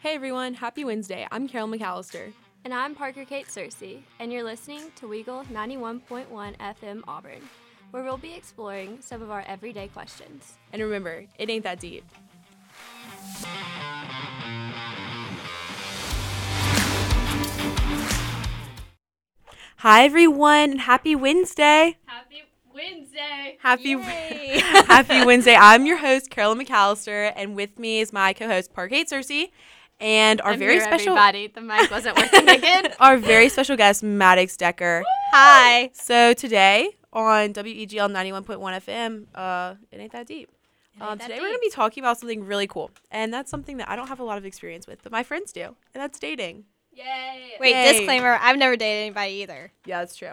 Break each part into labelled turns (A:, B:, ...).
A: Hey everyone, happy Wednesday. I'm Carol McAllister.
B: And I'm Parker Kate Searcy, and you're listening to Weagle 91.1 FM Auburn, where we'll be exploring some of our everyday questions.
A: And remember, it ain't that deep. Hi everyone, and happy Wednesday.
B: Happy Wednesday!
A: Happy Happy Wednesday. I'm your host, Carolyn McAllister, and with me is my co-host, Parkate Cersei, and our
B: I'm
A: very
B: here,
A: special
B: Everybody. The mic wasn't working again.
A: our very special guest, Maddox Decker.
B: Hi.
A: So today on E WEGL 91.1 FM, uh, it ain't that deep.
B: It
A: Um,
B: ain't that
A: today we're gonna be talking about something really cool, and that's something that I don't have a lot of experience with, but my friends do, and that's dating.
B: Yay!
C: Wait,
A: Hey.
C: disclaimer, I've never dated anybody either.
A: Yeah, that's true.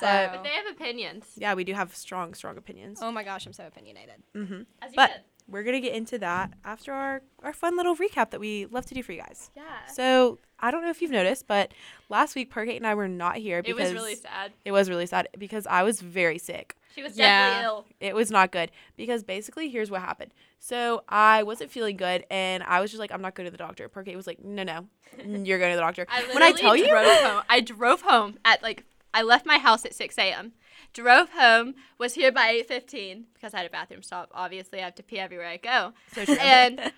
C: So-
B: but they have opinions.
A: Yeah, we do have strong, strong opinions.
C: Oh my gosh, I'm so opinionated.
B: As you
A: But-
B: said.
A: We're gonna get into that after our our fun little recap that we love to do for you guys.
B: yeah,
A: So I don't know if you've noticed, but last week Parkate and I were not here
B: it
A: because
B: was really sad.
A: It was really sad because I was very sick.
B: She was
C: Yeah.
B: definitely ill.
A: It was not good because basically here's what happened. So I wasn't feeling good and I was just like, I'm not going to the doctor. Parkate was like, No, no, you're going to the doctor.
B: I
A: when I
B: literally
A: tell you,
B: drove home, I drove home at like I left my house at 6 a.m. Drove home, was here by 8:15 because I had a bathroom stop. Obviously, I have to pee everywhere I go,
A: So true.
B: and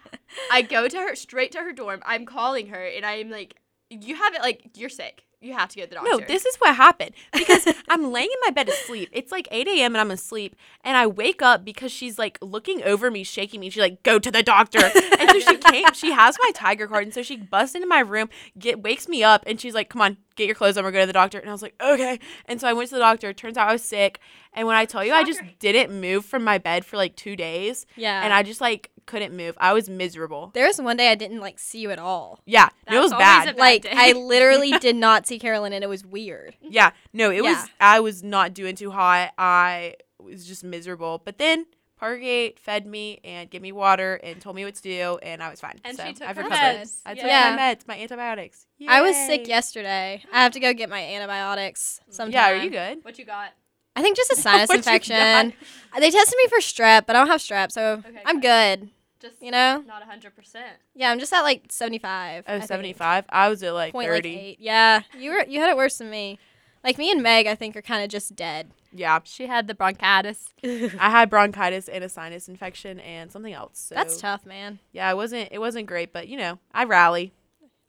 B: I go to her straight to her dorm. I'm calling her, and I'm like, "You have it. Like you're sick. You have to go to the doctor."
A: no, this is what happened because I'm laying in my bed asleep. It's like 8 a.m. and I'm asleep. And I wake up because she's like looking over me, shaking me. She's like, go to the doctor. And so she came, she has my tiger card. And so she busts into my room, get wakes me up, and she's like, come on, get your clothes on, we're going to the doctor. And I was like, okay. And so I went to the doctor. Turns out I was sick. And when I tell you, I just
B: Shocker.
A: didn't move from my bed for like two days.
C: Yeah.
A: And I just like couldn't move. I was miserable.
C: there was one day I didn't like see you at all.
A: Yeah. No, it
B: That's
A: was
B: always
A: bad.
B: a bad
C: Like
B: day.
C: I literally did not see Carolyn and it was weird.
A: Yeah. No, it
C: Yeah.
A: was I was not doing too hot. I was just miserable. But then Parkgate fed me and gave me water and told me what to do and I was fine.
B: and
A: so
B: she took
A: I've
B: her
A: recovered.
B: meds.
A: I took
C: Yeah.
A: my meds, my antibiotics.
C: I was sick
A: Yay.
C: yesterday. I have to go get my antibiotics sometime.
A: Yeah, are you good?
B: What you got?
C: I think just a sinus
A: What you
C: infection. They tested me for strep, but I don't have strep, so
B: Okay,
C: I'm good.
B: Just
C: You know?
B: not 100. percent
C: Yeah, I'm just at like 75.
A: I
C: I
A: was
C: think.
A: 75. I was at Oh, like
C: Point,
A: 30.
C: Like eight. Yeah, you were you had it worse than me. Like me and Meg, I think are kind of just dead.
A: yeah.
B: She had the bronchitis.
A: I had bronchitis and a sinus infection and something else. So
C: That's tough, man.
A: Yeah, it wasn't it wasn't great, but you know, I rally.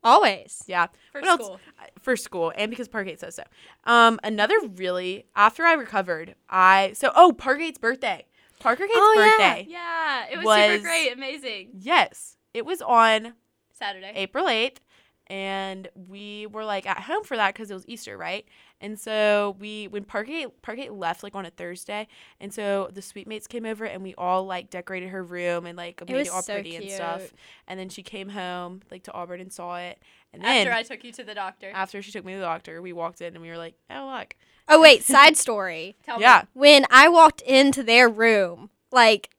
C: Always.
A: Yeah.
B: For
A: What else?
B: school.
A: for school and because Parkgate says so. Um, another really after I recovered, I so oh Parkgate's birthday, Parker Gate's
C: Oh, yeah.
A: birthday.
B: Yeah, it was,
A: Was-
B: super great, amazing.
A: Yes, it was on
B: Saturday.
A: April eighth, and we were like at home for that because it was Easter, right? And so we when Parkgate Parkgate left like on a Thursday, and so the sweet mates came over and we all like decorated her room and like made it,
C: was
A: all
C: so
A: pretty and stuff.
C: cute.
A: And then she came home like to Auburn and saw it, and then.
B: After I took you to the doctor.
A: after she took me to the doctor, we walked in and we were like, "Oh look,
C: Oh wait, side story.
B: Tell
A: yeah,
B: me.
C: When I walked into their room, like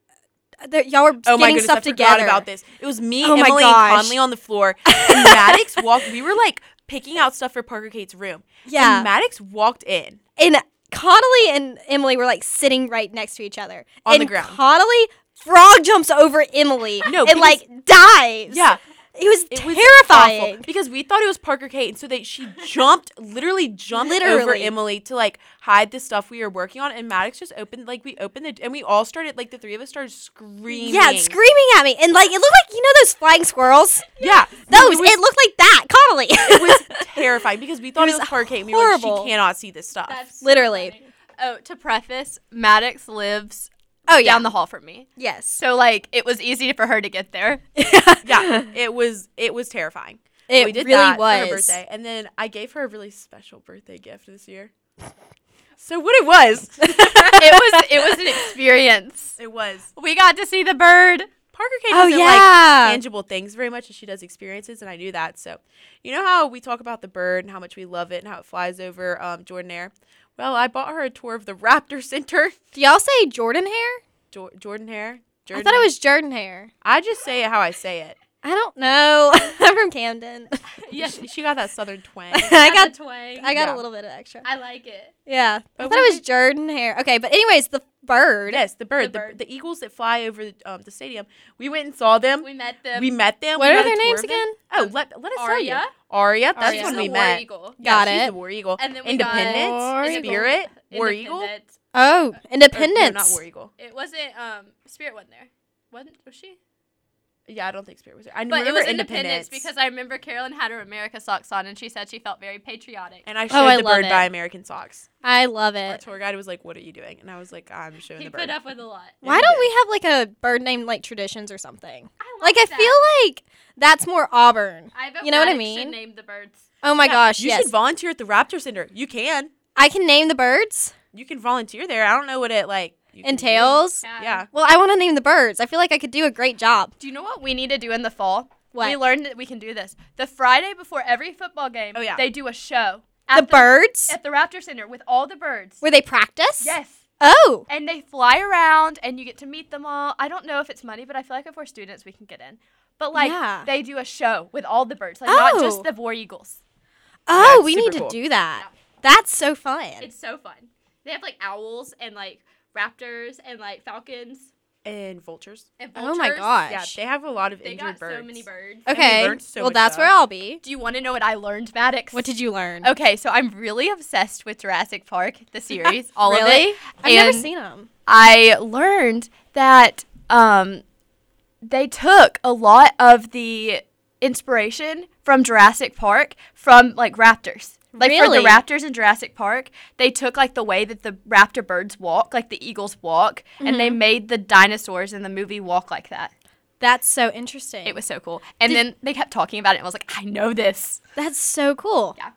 C: there- y'all were
A: Oh
C: getting
A: my goodness,
C: stuff
A: I forgot
C: together.
A: about this. It was me,
C: Oh my
A: Emily, and
C: gosh.
A: Conley on the floor. And Maddox walked. We were like picking out stuff for Parker Kate's room. And
C: Yeah,
A: Maddox walked in.
C: and Connolly and Emily were like sitting right next to each other
A: On the
C: and
A: ground.
C: Connolly frog jumps over Emily
A: No, because-
C: and like dives.
A: Yeah,
C: it was
A: it was
C: terrifying.
A: awful because we thought it was Parker Kate, and so they she jumped, literally jumped over
C: Literally.
A: Emily to like hide the stuff we were working on. And Maddox just opened like we opened the and we all started like the three of us started screaming.
C: Yeah, screaming at me and like it looked like you know those flying squirrels.
A: Yeah,
C: Those
A: it was,
C: it looked like that. Connolly.
A: it was terrifying because we thought it
C: was
A: was, Parker Kate. And we were like,
C: horrible.
A: she cannot see this stuff.
B: That's so
C: Literally.
B: funny. Oh, to preface, Maddox lives
C: oh yeah.
B: down the hall from me.
C: yes.
B: So like it was easy for her to get there.
A: yeah, it was it was terrifying.
C: It
A: we did
C: really
A: that
C: was.
A: for her birthday, and then I gave her a really special birthday gift this year. So what it was,
B: it was it was an experience.
A: it was
B: We got to see the bird.
A: Parker Kate
C: Oh,
A: doesn't
C: yeah.
A: like tangible things very much, as she does experiences, and I knew that. So you know how we talk about the bird and how much we love it and how it flies over um, Jordan Air. Well, I bought her a tour of the Raptor Center,
C: Do y'all say Jordan hair?
A: jo- Jordan Air.
C: I
A: Jordan
C: thought it
A: Hare?
C: was Jordan hair.
A: I just say it how I say it.
C: I don't know. I'm from Camden.
A: Yeah, she, she got that southern twang.
C: I got
B: twang.
C: I got
A: Yeah.
C: a little bit of extra.
B: I like it.
C: Yeah. I
A: But
C: thought
A: we
C: it was Jordan Hare. Okay, but anyways, the bird.
A: yes, the bird, the,
B: The
A: the,
B: bird.
A: eagles that fly over the, um, the stadium. We went and saw them.
B: We met them.
A: We met them. we
C: What are
A: got a
C: their
A: tour
C: names
A: of them.
C: again?
A: Oh, let, let us tell you.
B: Aria.
A: Aria. That's
B: She's
A: when
C: Aria's
B: the
A: we
B: Oh, war
A: met.
B: eagle.
C: Got
A: she's
C: it.
A: the war eagle.
B: And then we got-
A: Independence,
C: War eagle.
A: spirit, war eagle.
B: Independent.
C: Oh,
A: Or, no,
C: Independence.
A: not war eagle.
B: It wasn't um Spirit wasn't there. Wasn't was she?
A: Yeah, I don't think spirit was there. I
B: But
A: remember
B: it was
A: Independence
B: Independence because I remember Carolyn had her America socks on and she said she felt very patriotic.
A: and I showed
C: I
A: the
C: love
A: bird by
C: it.
A: American socks.
C: I love
A: Our
C: it.
A: tour guide was like, "What are you doing?" And I was like, "I'm showing
B: he
A: the
B: put
A: bird."
B: up with a lot.
C: Why don't we have like a bird named like traditions or something?
B: I
C: Like I feel like that's more Auburn.
B: I bet
C: you know what I
B: Maddox should
C: mean?
B: Name the birds.
C: Oh my
A: Yeah,
C: gosh,
A: You
C: yes.
A: should volunteer at the Raptor Center. You can.
C: I can name the birds
A: You can volunteer there. I don't know what it like you can do.
C: entails.
A: Yeah.
C: Well, I want to name the birds. I feel like I could do a great job.
B: Do you know what we need to do in the fall?
C: What?
B: We learned that we can do this. The Friday before every football game,
A: Oh, yeah.
B: they do a show.
C: The birds?
B: At the Raptor Center with all the birds.
C: Where they practice?
B: yes.
C: Oh,
B: And they fly around and you get to meet them all. I don't know if it's money, but I feel like if we're students, we can get in. But like,
C: Yeah.
B: they do a show with all the birds, like not
C: Oh.
B: just the war eagles.
C: oh,
A: it's
C: we
A: super
C: need to
A: cool.
C: do that. That's so fun.
B: It's so fun. They have like owls and like raptors and like falcons
A: And vultures.
B: and vultures.
C: oh my gosh.
A: Yeah, they have a lot of
B: They
A: injured
B: got
A: birds.
B: so many birds. Oh,
A: we
C: okay.
A: learned so
C: well,
A: much
C: that's where
A: stuff.
C: I'll be.
B: Do you want to know what I learned, Maddox?
C: What did you learn?
B: Okay, so I'm really obsessed with Jurassic Park, the series, all of
C: really?
B: it.
C: I've never
B: And
C: seen them.
B: I learned that um, they took a lot of the inspiration from Jurassic Park from like raptors. Like for
C: Really?
B: the raptors in Jurassic Park, they took like the way that the raptor birds walk, like the eagles walk, and they made the dinosaurs in the movie walk like that.
C: That's so interesting.
B: It was so cool. And then they kept talking about it and I was like, I know this.
C: That's so cool.
B: Yeah.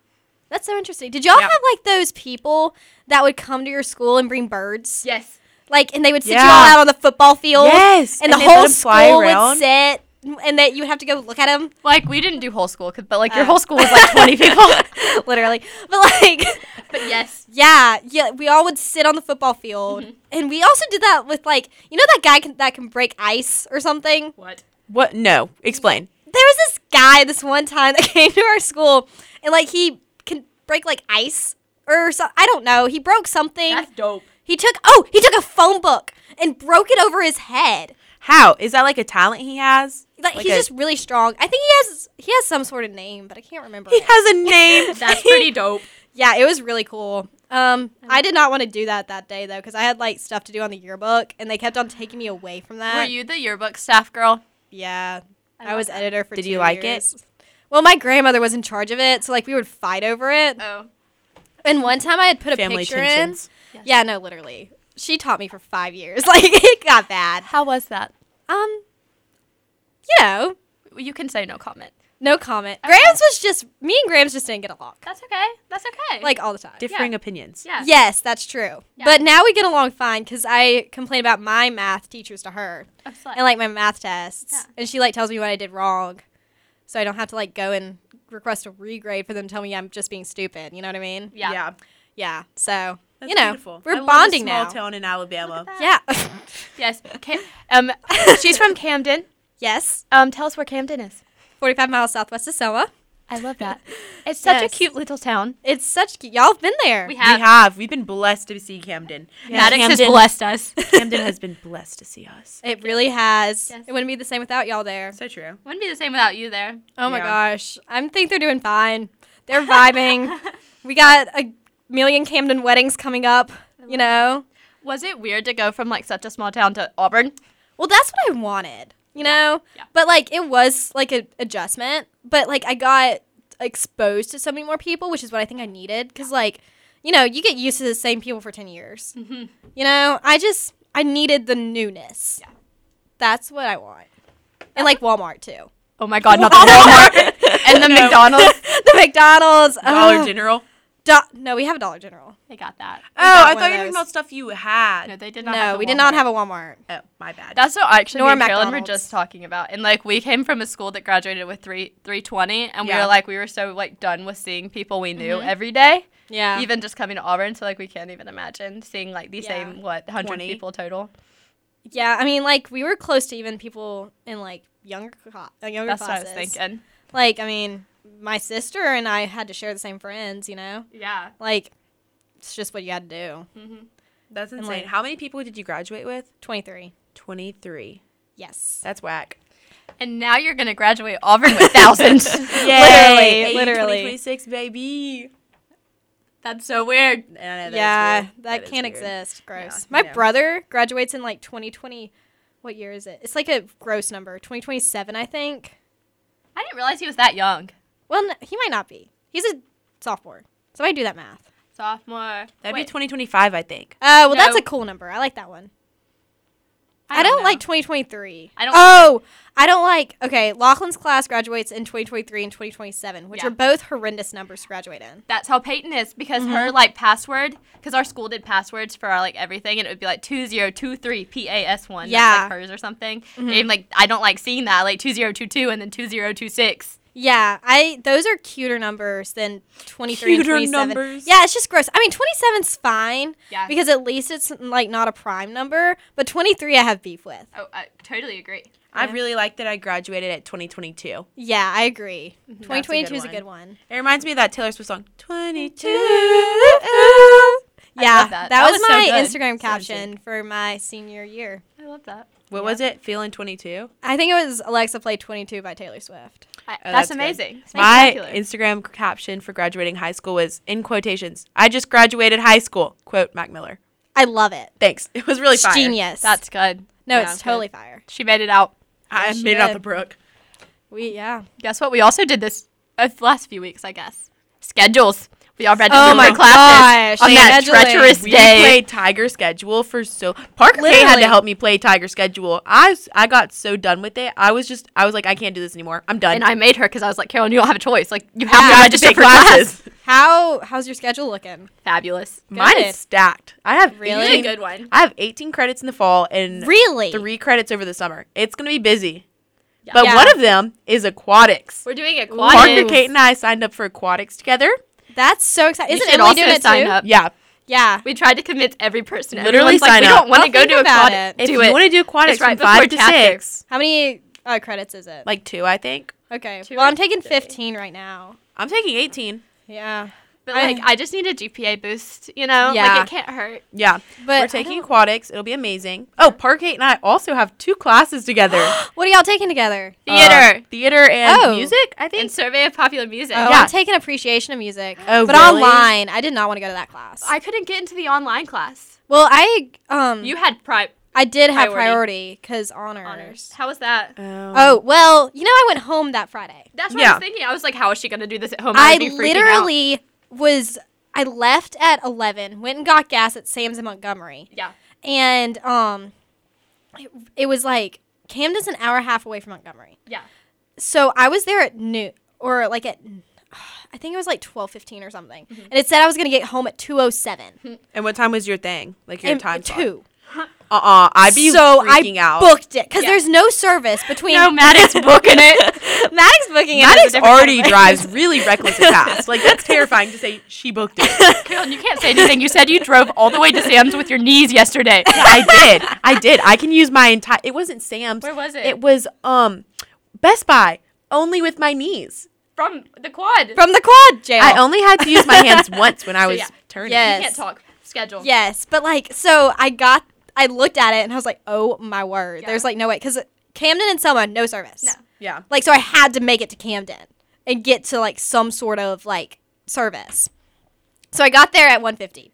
C: That's so interesting. Did y'all
A: Yeah.
C: have like those people that would come to your school and bring birds?
B: Yes.
C: Like, and they would sit
A: Yeah.
C: you all out on the football field.
A: Yes,
C: And,
A: and
C: the
A: they let
C: whole
A: 'em fly
C: school would
A: around.
C: sit, and that you would have to go look at them,
B: Like we didn't do whole school, 'cause- but like your
C: Oh.
B: whole school was like 20 people.
C: literally. But like,
B: but yes,
C: yeah, yeah, we all would sit on the football field,
B: Mm-hmm.
C: and we also did that with like, you know, that guy can, that can break ice or something.
B: what?
A: What? No. Explain.
C: there was this guy this one time that came to our school and like he can break like ice or so, I don't know. He broke something.
B: That's dope.
C: he took oh he took a phone book and broke it over his head.
A: How is that like a talent he has?
C: Like,
A: Like
C: he's
A: a-
C: just really strong. I think he has he has some sort of name, but I can't remember.
A: He
C: it.
A: has a name.
B: That's pretty dope.
C: Yeah, it was really cool. Um, I did not want to do that that day though because I had like stuff to do on the yearbook and they kept on taking me away from that.
B: Were you the yearbook staff girl?
C: Yeah,
B: I
C: I,
B: love
C: was
B: that.
C: editor for.
A: Did
C: two
A: you like it?
C: years. Well, my grandmother was in charge of it, so like we would fight over it.
B: Oh.
C: And one time I had put a
A: Family
C: picture
A: tensions.
C: in.
B: Yes.
C: Yeah, no, literally. She taught me for five years. Like it got bad.
B: How was that?
C: Um, you know,
B: You can say no comment.
C: no comment.
B: Okay.
C: Grams was just me and Grams just didn't get along
B: That's okay. That's okay.
C: like all the time.
A: Differing
B: Yeah.
A: opinions.
B: yeah.
C: Yes, that's true.
B: Yeah.
C: But now we get along fine because I complain about my math teachers to her
A: Oh,
B: I'm sorry.
C: and like my math tests,
B: Yeah.
C: and she like tells me what I did wrong, so I don't have to like go and request a regrade for them to tell me I'm just being stupid. You know what I mean?
B: yeah.
C: Yeah. So
A: That's
C: you know,
A: beautiful. I
C: we're
A: love a
C: bonding
A: small
C: now.
A: town in Alabama.
B: that.
C: Yeah.
B: Yes. Cam- um, she's from Camden.
C: yes.
B: Um, tell us where Camden is.
C: 45 miles southwest of Selma.
B: I love that. It's such
C: Yes.
B: a cute little town.
C: It's such cute. Y'all have been there.
B: We
A: We have. We've been blessed to see Camden.
B: Maddox
A: Camden,
B: has blessed us.
A: Camden has been blessed to see us.
C: it really has.
B: Yes.
C: It wouldn't be the same without y'all there.
A: So true.
B: Wouldn't be the same without you there.
C: Oh my
A: Yeah.
C: gosh. I think they're doing fine. They're vibing. we got a million Camden weddings coming up, you know?
B: Was it weird to go from like such a small town to Auburn?
C: Well, that's what I wanted, you know?
B: Yeah.
C: But like it was like an adjustment, but like I got exposed to so many more people, which is what I think I needed cuz like, you know, you get used to the same people for 10 years.
B: Mm-hmm.
C: You know, I just I needed the newness.
B: Yeah.
C: That's what I want. And like Walmart too.
B: Oh my God, not the Walmart and the
A: No.
B: McDonald's.
C: the McDonald's.
A: Dollar
C: oh,
A: General.
C: Do- no, we have a Dollar General.
B: They got that.
A: Oh, I thought
C: one of
A: you were talking
C: those.
A: about stuff you had.
B: No, they did not.
C: No, we did not
B: have. the Walmart.
C: have a Walmart.
A: Oh, my bad.
B: That's what actually
C: Nor
B: me and Carolyn were
C: McDonald's.
B: just talking about. And like we came from a school that graduated with three three twenty and we
A: Yeah.
B: were like we were so like done with seeing people we knew every day.
C: Yeah.
B: Even just coming to Auburn, so like we can't even imagine seeing like the
C: Yeah.
B: same what hundred
A: 20.
B: people total.
C: Yeah, I mean, like we were close to even people in like younger cla- uh, younger
B: That's what I
C: classes.
B: was thinking.
C: Like, I mean, my sister and I had to share the same friends. You know,
A: Yeah.
C: like it's just what you had to do.
A: That's insane.
C: like-
A: How many people did you graduate with?
C: Twenty three.
A: 23.
C: Yes.
A: That's whack.
B: And now you're gonna graduate Auburn with thousands.
C: Yay.
A: Hey,
C: literally.
A: 2026, baby.
B: That's so weird.
A: I know, that is
C: yeah,
A: weird.
C: that,
A: is
C: can't
A: weird.
C: exist. Gross.
A: Yeah,
C: my
A: no.
C: brother graduates in like twenty twenty. What year is it? It's like a gross number. Twenty twenty seven, I think.
B: I didn't realize he was that young.
C: Well, n he might not be. He's a sophomore. So I do that math.
B: Sophomore.
A: That'd be
B: Wait,
A: 2025, I think.
C: Uh, well, that's
B: No.
C: a cool number. I like that one. I
B: I
C: don't,
B: don't
C: like
B: know.
C: 2023.
B: I don't
C: Oh, I don't like. Okay, Lachlan's class graduates in 2023 and 2027, which
B: Yeah.
C: are both horrendous numbers to graduate in.
B: that's how Peyton is because her like password because our school did passwords for our like everything and it would be like two zero two three P A S one
C: Yeah.
B: like hers or something and like I don't like seeing that like two zero two two and then two zero two six
C: Yeah, I those are cuter numbers than 23
A: Cuter
C: and 27.
A: numbers.
C: Yeah, it's just gross. I mean, 27's fine
B: Yeah.
C: because at least it's like not a prime number, but 23 I have beef with.
B: oh I totally agree
A: I really like that I graduated at 2022.
C: Yeah, I agree. 2022 is a
A: one.
C: good one.
A: It reminds me of that Taylor Swift song, 22.
C: Yeah,
B: love that.
C: that. was,
B: That was so
C: my
B: good.
C: Instagram
A: So sick.
C: caption for my senior year.
B: I love that
A: What was it? Feeling 22?
C: I think it was Alexa Play 22 by Taylor Swift.
B: I,
A: Oh, that's
B: Oh, that's,
A: good.
B: amazing It's
A: My
B: spectacular.
A: Instagram caption for graduating high school was in quotations, I just graduated high school, quote Mac Miller.
C: I love it.
A: Thanks. It was really fire.
C: Genius.
B: that's good
C: no,
B: Yeah.
C: it's totally fire.
B: she made it out
A: I
C: Yes, she
A: made it out
C: did.
A: the brook.
C: We yeah.
B: guess what we also did this uh, the last few weeks I guess schedules we all read
C: Oh
B: oh
C: my
B: for classes
C: gosh,
B: on that
C: scheduling.
B: treacherous
A: We
B: day
A: played Tiger Schedule for so Parker K had
C: Literally.
A: to help me play Tiger Schedule. I s- I got so done with it. I was just I was like I can't do this anymore. I'm done.
B: and I made her because I was like Carolyn you don't have a choice like you have
A: You
B: to
A: have
B: register
A: take
B: for classes
C: How how's your schedule looking?
B: fabulous
A: Mine
C: Good.
A: is stacked. I have
C: Really?
A: eighteen-
C: You did a good
B: one.
A: I have 18 credits in the fall and
C: Really?
A: three credits over the summer. It's gonna be busy.
B: Yeah.
A: But
C: Yeah.
A: one of them is aquatics.
B: We're doing
A: Parker
B: aquatics.
A: Kate and I signed up for aquatics together.
C: That's so exciting.
B: You
C: Isn't
B: should
C: Emily
B: also
C: doing it
B: sign
C: too?
B: up.
A: Yeah.
C: Yeah.
B: We tried to convince every person.
A: Literally
B: Everyone's
A: sign
B: like, we
A: up.
B: don't want
C: I'll
B: to go
C: think
B: to
C: about
B: aquatics.
A: If
B: Do
A: you
B: it.
A: want to do aquatics
B: It's right
A: from five to
B: before chapter.
A: six,
C: How many uh, credits is it?
A: like two, I think.
C: okay.
B: two
C: Well, I'm
B: or
C: taking
B: three.
C: 15 right now.
A: I'm taking 18.
C: Yeah.
B: But
C: I-
B: like, I just need a GPA boost. You know,
C: Yeah.
B: like it can't hurt.
A: Yeah,
C: But I
A: we're taking
C: don't-
A: aquatics. It'll be amazing. Oh, Park Kate and I also have two classes together:
C: What are y'all taking together?
A: Uh,
B: Theater
A: theater, and
C: Oh.
A: music. I
B: Uh, and
A: think.
B: survey of popular music.
C: Oh,
A: Yeah.
C: I'm taking appreciation of music.
A: Oh,
C: but
A: really?
C: online, I did not want to go to that class.
B: I couldn't get into the online class.
C: well, I um
B: You had pri-
C: I did have priority
B: Priority.
C: because honors.
B: honors. How was that?
A: Uh,
C: Oh well, you know I went home that Friday.
B: That's what
A: Yeah.
B: I was thinking. I was like, how is she gonna do this at home?
C: I
B: would be freaking out.
C: literally was. I left at eleven. Went and got gas at Sam's in Montgomery,
B: Yeah.
C: and um, it, it was like Camden's an hour and a half away from Montgomery.
B: Yeah.
C: So I was there at noon, or like at, I think it was like twelve fifteen or something,
B: Mm-hmm.
C: and it said I was gonna get home at two o
B: Hmm.
C: seven.
A: And what time was your thing? Like your time slot?
C: two.
A: Uh uh-uh, uh. i would be
C: so
A: freaking
C: I
A: out.
C: booked it because
B: Yeah.
C: there's no service between.
B: No, Maddox booking it.
C: Maddox booking it. is a
A: Maddox
C: different
A: already
C: kind of-
A: drives really recklessly fast. Like that's terrifying to say she booked it.
B: Carolyn, you can't say anything. You said you drove all the way to Sam's with your knees yesterday.
A: I did. I did. I can use my entire. It wasn't Sam's.
B: Where was it?
A: It was um, Best Buy. Only with my knees.
B: From the quad.
C: from the quad jail.
A: I only had to use my hands once when I was
B: yeah.
A: turning.
C: Yes.
B: You can't talk. Schedule.
C: Yes, but like, so I got, I looked at it and I was like, oh my word.
B: Yeah.
C: There's like no way. Because Camden and Selma, no service.
B: No.
A: Yeah.
C: Like, so I had to make it to Camden and get to like some sort of like service. So I got there at 150.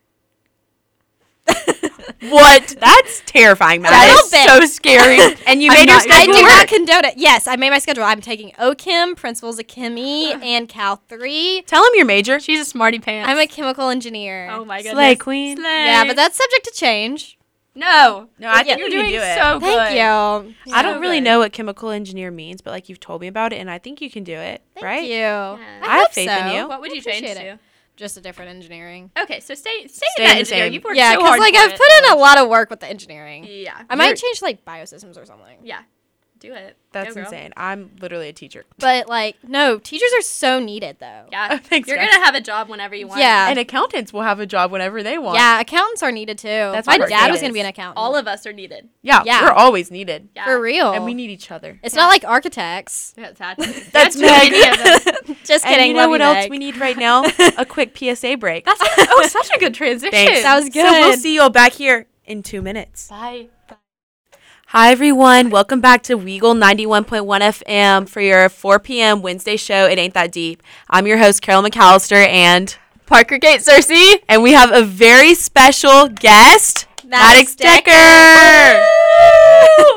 A: What? That's terrifying, Matt.
C: That
B: That
C: little
B: is so
C: bit.
B: scary.
A: And you
B: I'm
A: made your
B: not-
C: I
A: schedule
C: do
A: work.
C: not condone it. Yes, I made my schedule. I'm taking OChem, Principles of Chemie, and Cal 3.
A: Tell him your major.
B: She's a smarty pants.
C: I'm a chemical engineer.
B: Oh my goodness.
A: Slay queen.
C: Yeah, but that's subject to change.
B: no.
A: No, I
B: Yeah,
A: think
B: you're
A: you can
B: doing
A: do it.
B: so Oh, good.
C: Thank you.
A: I don't really
B: good.
A: know what chemical engineer means, but like you've told me about it, and I think you can do it,
C: Thank
A: right?
C: you.
A: I have
C: hope
A: faith in you.
B: What would
C: I
B: you change
C: appreciate
B: to?
C: Just a different engineering.
B: Okay, so stay stay,
A: Stay the
B: in that engineer.
A: same.
B: You've worked
C: Yeah,
B: so
C: because
B: hard
C: like
B: for
C: I've
B: it.
C: put in a lot of work with the engineering.
B: Yeah.
C: I might
A: You're-
C: change like biosystems or something.
B: Yeah. do it.
A: That's
B: Go, girl.
A: insane. I'm literally a teacher.
C: But like, no, teachers are so needed though.
B: Yeah,
A: Thanks,
B: you're
A: guys.
B: gonna have a job whenever you want.
C: Yeah.
A: And accountants will have a job whenever they want.
C: Yeah, accountants are needed too.
A: That's
C: my
A: what
C: dad
A: it is.
C: was gonna be an accountant.
B: all of us are needed.
A: Yeah,
C: Yeah. Oh.
A: we're always needed.
B: Yeah.
C: for real.
A: And we need each other.
C: It's not like architects.
B: Yeah, it's happening.
A: That's
B: too many
A: Meg.
B: of us.
C: Just
A: And
C: kidding.
A: you know
C: love
A: what else
C: Meg.
A: we need right now? a quick PSA break.
B: That's oh, such a good transition.
A: Thanks.
C: That was good.
A: So we'll see you all back here in two minutes.
B: Bye.
A: Hi, everyone. Welcome back to Weagle 91.1 FM for your 4 p.m. Wednesday show, It Ain't That Deep. I'm your host, Carol McAllister, and
D: Parker Gate Cersei.
A: and we have a very special guest, Maddox
C: Maddox
A: Decker.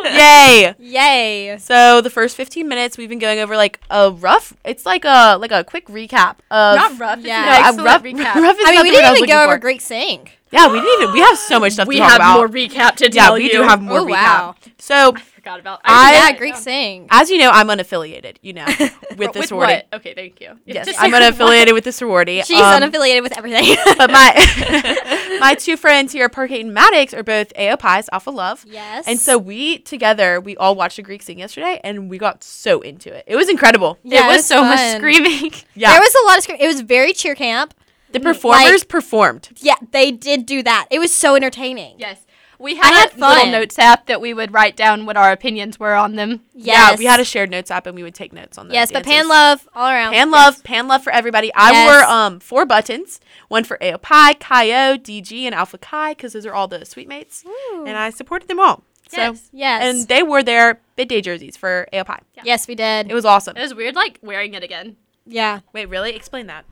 A: Yay!
C: Yay.
A: So the first 15 minutes, we've been going over like a rough. It's like a like a quick recap of
B: Not rough. Yeah.
C: Yeah.
A: No, I-
B: excellent
A: rough,
B: recap.
A: rough is
C: I mean,
A: not
C: we
A: the word I
C: didn't
A: was
C: even
A: looking
C: go over
A: for.
C: Greek Sing.
A: Yeah, we didn't even. We have so much stuff
B: we
A: to talk
B: have
A: about.
B: more recap to
A: yeah,
B: tell
A: we
B: you.
A: do have more
C: Oh,
A: recap.
C: wow.
A: So,
B: I forgot about.
A: I-
C: yeah,
B: forgot
C: Greek
B: about-
C: Sing.
A: as you know, I'm unaffiliated. You know, with this
B: With
A: sorority.
B: what? Okay, thank you.
A: Yes,
B: Just-
A: I'm unaffiliated with the sorority.
C: She's
A: um,
C: unaffiliated with everything.
A: But my my two friends here, Parkate and Maddox, are both AO Pies, Alpha Love.
C: yes.
A: And so we together, we all watched the Greek sing yesterday, and we got so into it. It was incredible.
C: Yeah,
B: it was, so much
C: fun.
B: screaming.
A: Yeah,
C: There was a lot of screaming. It was very cheer camp.
A: the performers performed.
C: Yeah, they did do that. It was so entertaining.
B: yes, we had,
C: had
B: a little
C: fun.
B: notes app that we would write down what our opinions were on them.
A: Yeah, we had a shared notes app, and we would take notes on the
C: Yes, but
A: dances.
C: pan love all around.
A: Pan love, pan love for everybody. I
C: Yes.
A: wore um four buttons, one for AO Pi, Kyo, DG, and Alpha Chi, because those are all the sweet mates,
C: Ooh.
A: and I supported them all. So
B: Yes.
C: Yes.
A: and they wore their bid day jerseys for AO Pi.
C: yes, we did.
A: It was awesome.
B: It was weird, like wearing it again.
C: yeah.
A: Wait, really? Explain that.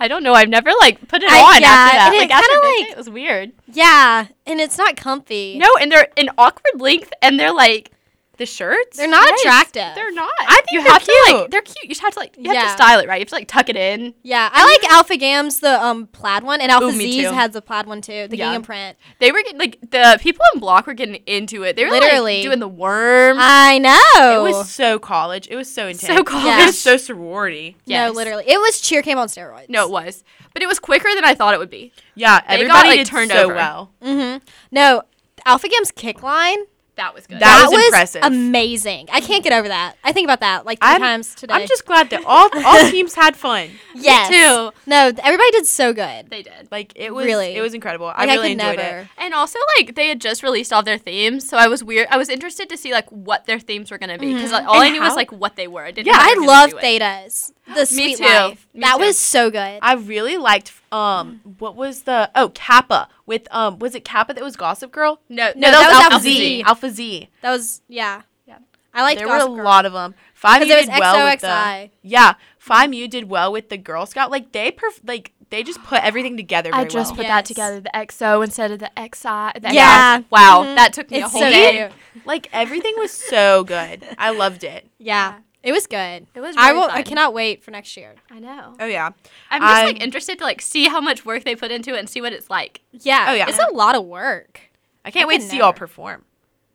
B: I don't know. I've never like put it
C: I-
B: on after
C: yeah,
B: that.
C: and it
B: Like after
C: kinda,
B: midnight,
C: like-
B: it was weird.
C: Yeah. And it's not comfy.
B: No, and they're an awkward length, and they're like
A: The shirts?
C: They're not attractive.
B: they're not.
A: I think
B: you
A: they're
B: have to
A: cute.
B: like they're cute. You just have to like you have
C: Yeah.
B: to style it right. You have to like tuck it in.
C: Yeah. I like Alpha Gam's the um plaid one and Alpha
A: Ooh, me
C: Z's
A: too.
C: had the plaid one too. The
B: Yeah.
C: gingham print.
B: They were getting like the people in block were getting into it. They were
C: Literally. Uh,
B: like doing the worm.
C: I know.
A: It was so college. It was so intense.
B: so cool.
A: It
C: Yeah.
A: was so sorority.
B: Yes.
C: No, literally. It was cheer camp on steroids.
B: No, it was, but it was quicker than I thought it would be.
A: Yeah,
B: They
A: everybody
B: got, like,
A: did
B: turned
A: so
B: over.
A: well.
C: Mm-hmm. No, Alpha Gam's kick line.
B: That was good.
A: That- was impressive.
C: amazing. I can't get over that. I think about that like 3
A: I'm-
C: times today.
A: I'm just glad that all all teams had fun.
C: yes.
B: too.
C: No, th- everybody did so good.
B: they did.
A: Like it was
C: Really.
A: it was incredible. I
C: Like,
A: really
C: could
A: enjoyed
C: never.
A: it.
B: And also, like they had just released all their themes, so I was weird. I was interested to see like what their themes were gonna be because like, all I
C: Mm-hmm.
A: And
B: knew
A: how-
B: was like what they were. I didn't.
A: Yeah,
B: know
C: I
B: they were gonna
C: love
B: do it.
C: Thetas. The Sweet
B: too.
C: Life.
B: Me
C: that
B: too.
C: was so good.
A: I really liked um what was the oh Kappa with um was it Kappa that was Gossip Girl?
B: No,
C: No, that was Alpha Z.
A: Alpha Z.
C: that was yeah.
B: Yeah.
C: I liked
A: there
C: Gossip
A: were a
C: Girl.
A: lot of them. Five U
C: 'Cause there was
A: did well with the
C: XOXI.
A: yeah. Five U did well with the Girl Scout. Like they perf- like they just put everything together. Very
B: I just
A: well.
B: put
C: Yes.
B: that together. The XO instead of the XI. The
C: Yeah.
B: XI. Wow,
C: Mhm.
B: that took me a
C: It's
B: whole
C: so
B: day.
C: cute.
A: like everything was so good. I loved it.
C: Yeah. It was good.
B: It was
C: I
B: really
C: will I
B: fun.
C: cannot wait for next year.
B: I know.
A: Oh yeah.
B: I'm just like
A: I'm-
B: interested to like see how much work they put into it and see what it's like.
C: Yeah.
A: Oh, yeah.
C: It's a lot of work.
A: I can't
C: I
A: wait
C: could
A: to see y'all
C: never.
A: perform.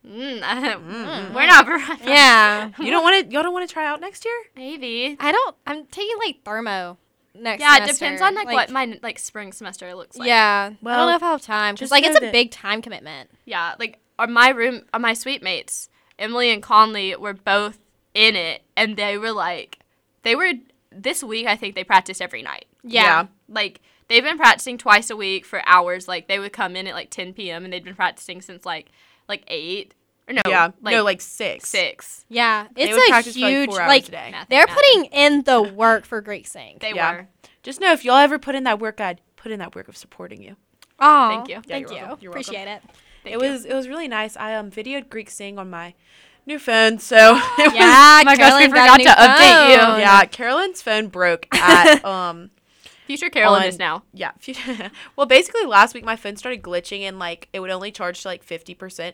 B: Mm,
C: Mm-hmm.
B: We're not. providing-
C: Yeah.
A: You don't want to. Y'all don't want to try out next year.
B: Maybe.
C: I don't I'm taking like thermo next
B: Yeah, it
C: semester.
B: depends on like, what my like spring semester looks like.
C: yeah, I
A: Well,
C: don't know if I'll have time. 'cause,
A: just
C: like
A: know
C: it's a
A: that-
C: big time commitment.
B: yeah. Like, are my room, are my suite mates Emily and Conley were both in it, and they were like, they were this week. I think they practiced every night.
A: Yeah.
B: Like they've been practicing twice a week for hours. Like they would come in at like 10 p.m. and they'd been practicing since like like eight or no,
A: yeah.
B: like,
A: no, like six.
B: six.
C: Yeah,
A: They
C: it's
A: would
C: a
A: practice for, like,
C: huge
A: four hours
C: like
A: a day.
B: Math and
C: they're
B: math.
C: putting in the work for Great Sing.
B: They
A: Yeah.
B: were.
A: Just know if y'all ever put in that work, I'd put in that work of supporting you.
C: Oh,
B: Thank you.
A: Yeah,
C: thank
A: you're
C: you.
A: welcome. You're welcome.
C: Appreciate it.
B: Thank
A: it
B: you.
A: was it was really nice. I um videoed Greek sing on my new phone, so it was
C: Oh,
A: oh,
C: Yeah,
B: my gosh, we
C: Carolyn got
B: forgot
C: a new
B: to update you.
C: phone.
A: yeah. Carolyn's phone broke at um
B: future Carolyn is
A: on-
B: now.
A: Yeah. well, basically, last week my phone started glitching and like it would only charge to like 50%.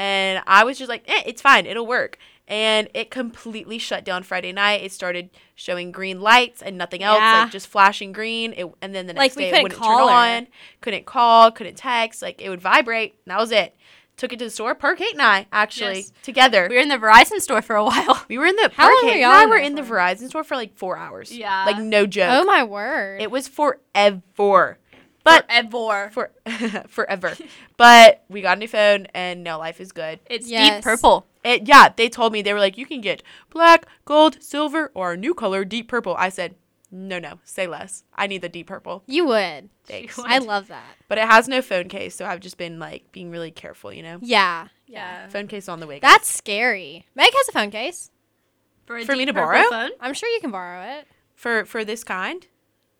A: And I was just like, eh, it's fine, it'll work. And it completely shut down Friday night. It started showing green lights and nothing else,
C: Yeah.
A: like just flashing green. It, and then the
C: Like,
A: next
C: we
A: day it
C: couldn't
A: wouldn't
C: call
A: turn
C: her.
A: on, couldn't call, couldn't text. Like it would vibrate. And that was it. Took it to the store. Per Kate and I actually
B: Yes.
A: together.
B: We were in the Verizon store for a while.
A: We were in the
C: How
A: Per
C: long were
A: Kate and
C: y'all
A: I
C: in
A: were
C: there
A: in the
C: for?
A: Verizon store for like four hours.
B: Yeah.
A: like no joke.
C: Oh my word.
A: It was forever. But
B: Forever.
A: for forever. But we got a new phone and now life is good.
B: It's
C: Yes.
B: deep purple.
A: It, yeah, they told me they were like, you can get black, gold, silver, or a new color, deep purple. I said, no, no, say less. I need the deep purple.
C: You would.
A: Thanks.
C: I love that.
A: But it has no phone case, so I've just been like being really careful, you know.
C: Yeah.
B: Yeah.
A: Phone case on the way.
C: That's scary. Meg has a phone case.
B: For, a
A: For me
B: deep
A: to
B: purple
A: borrow?
B: phone?
C: I'm sure you can borrow it.
A: for for this kind,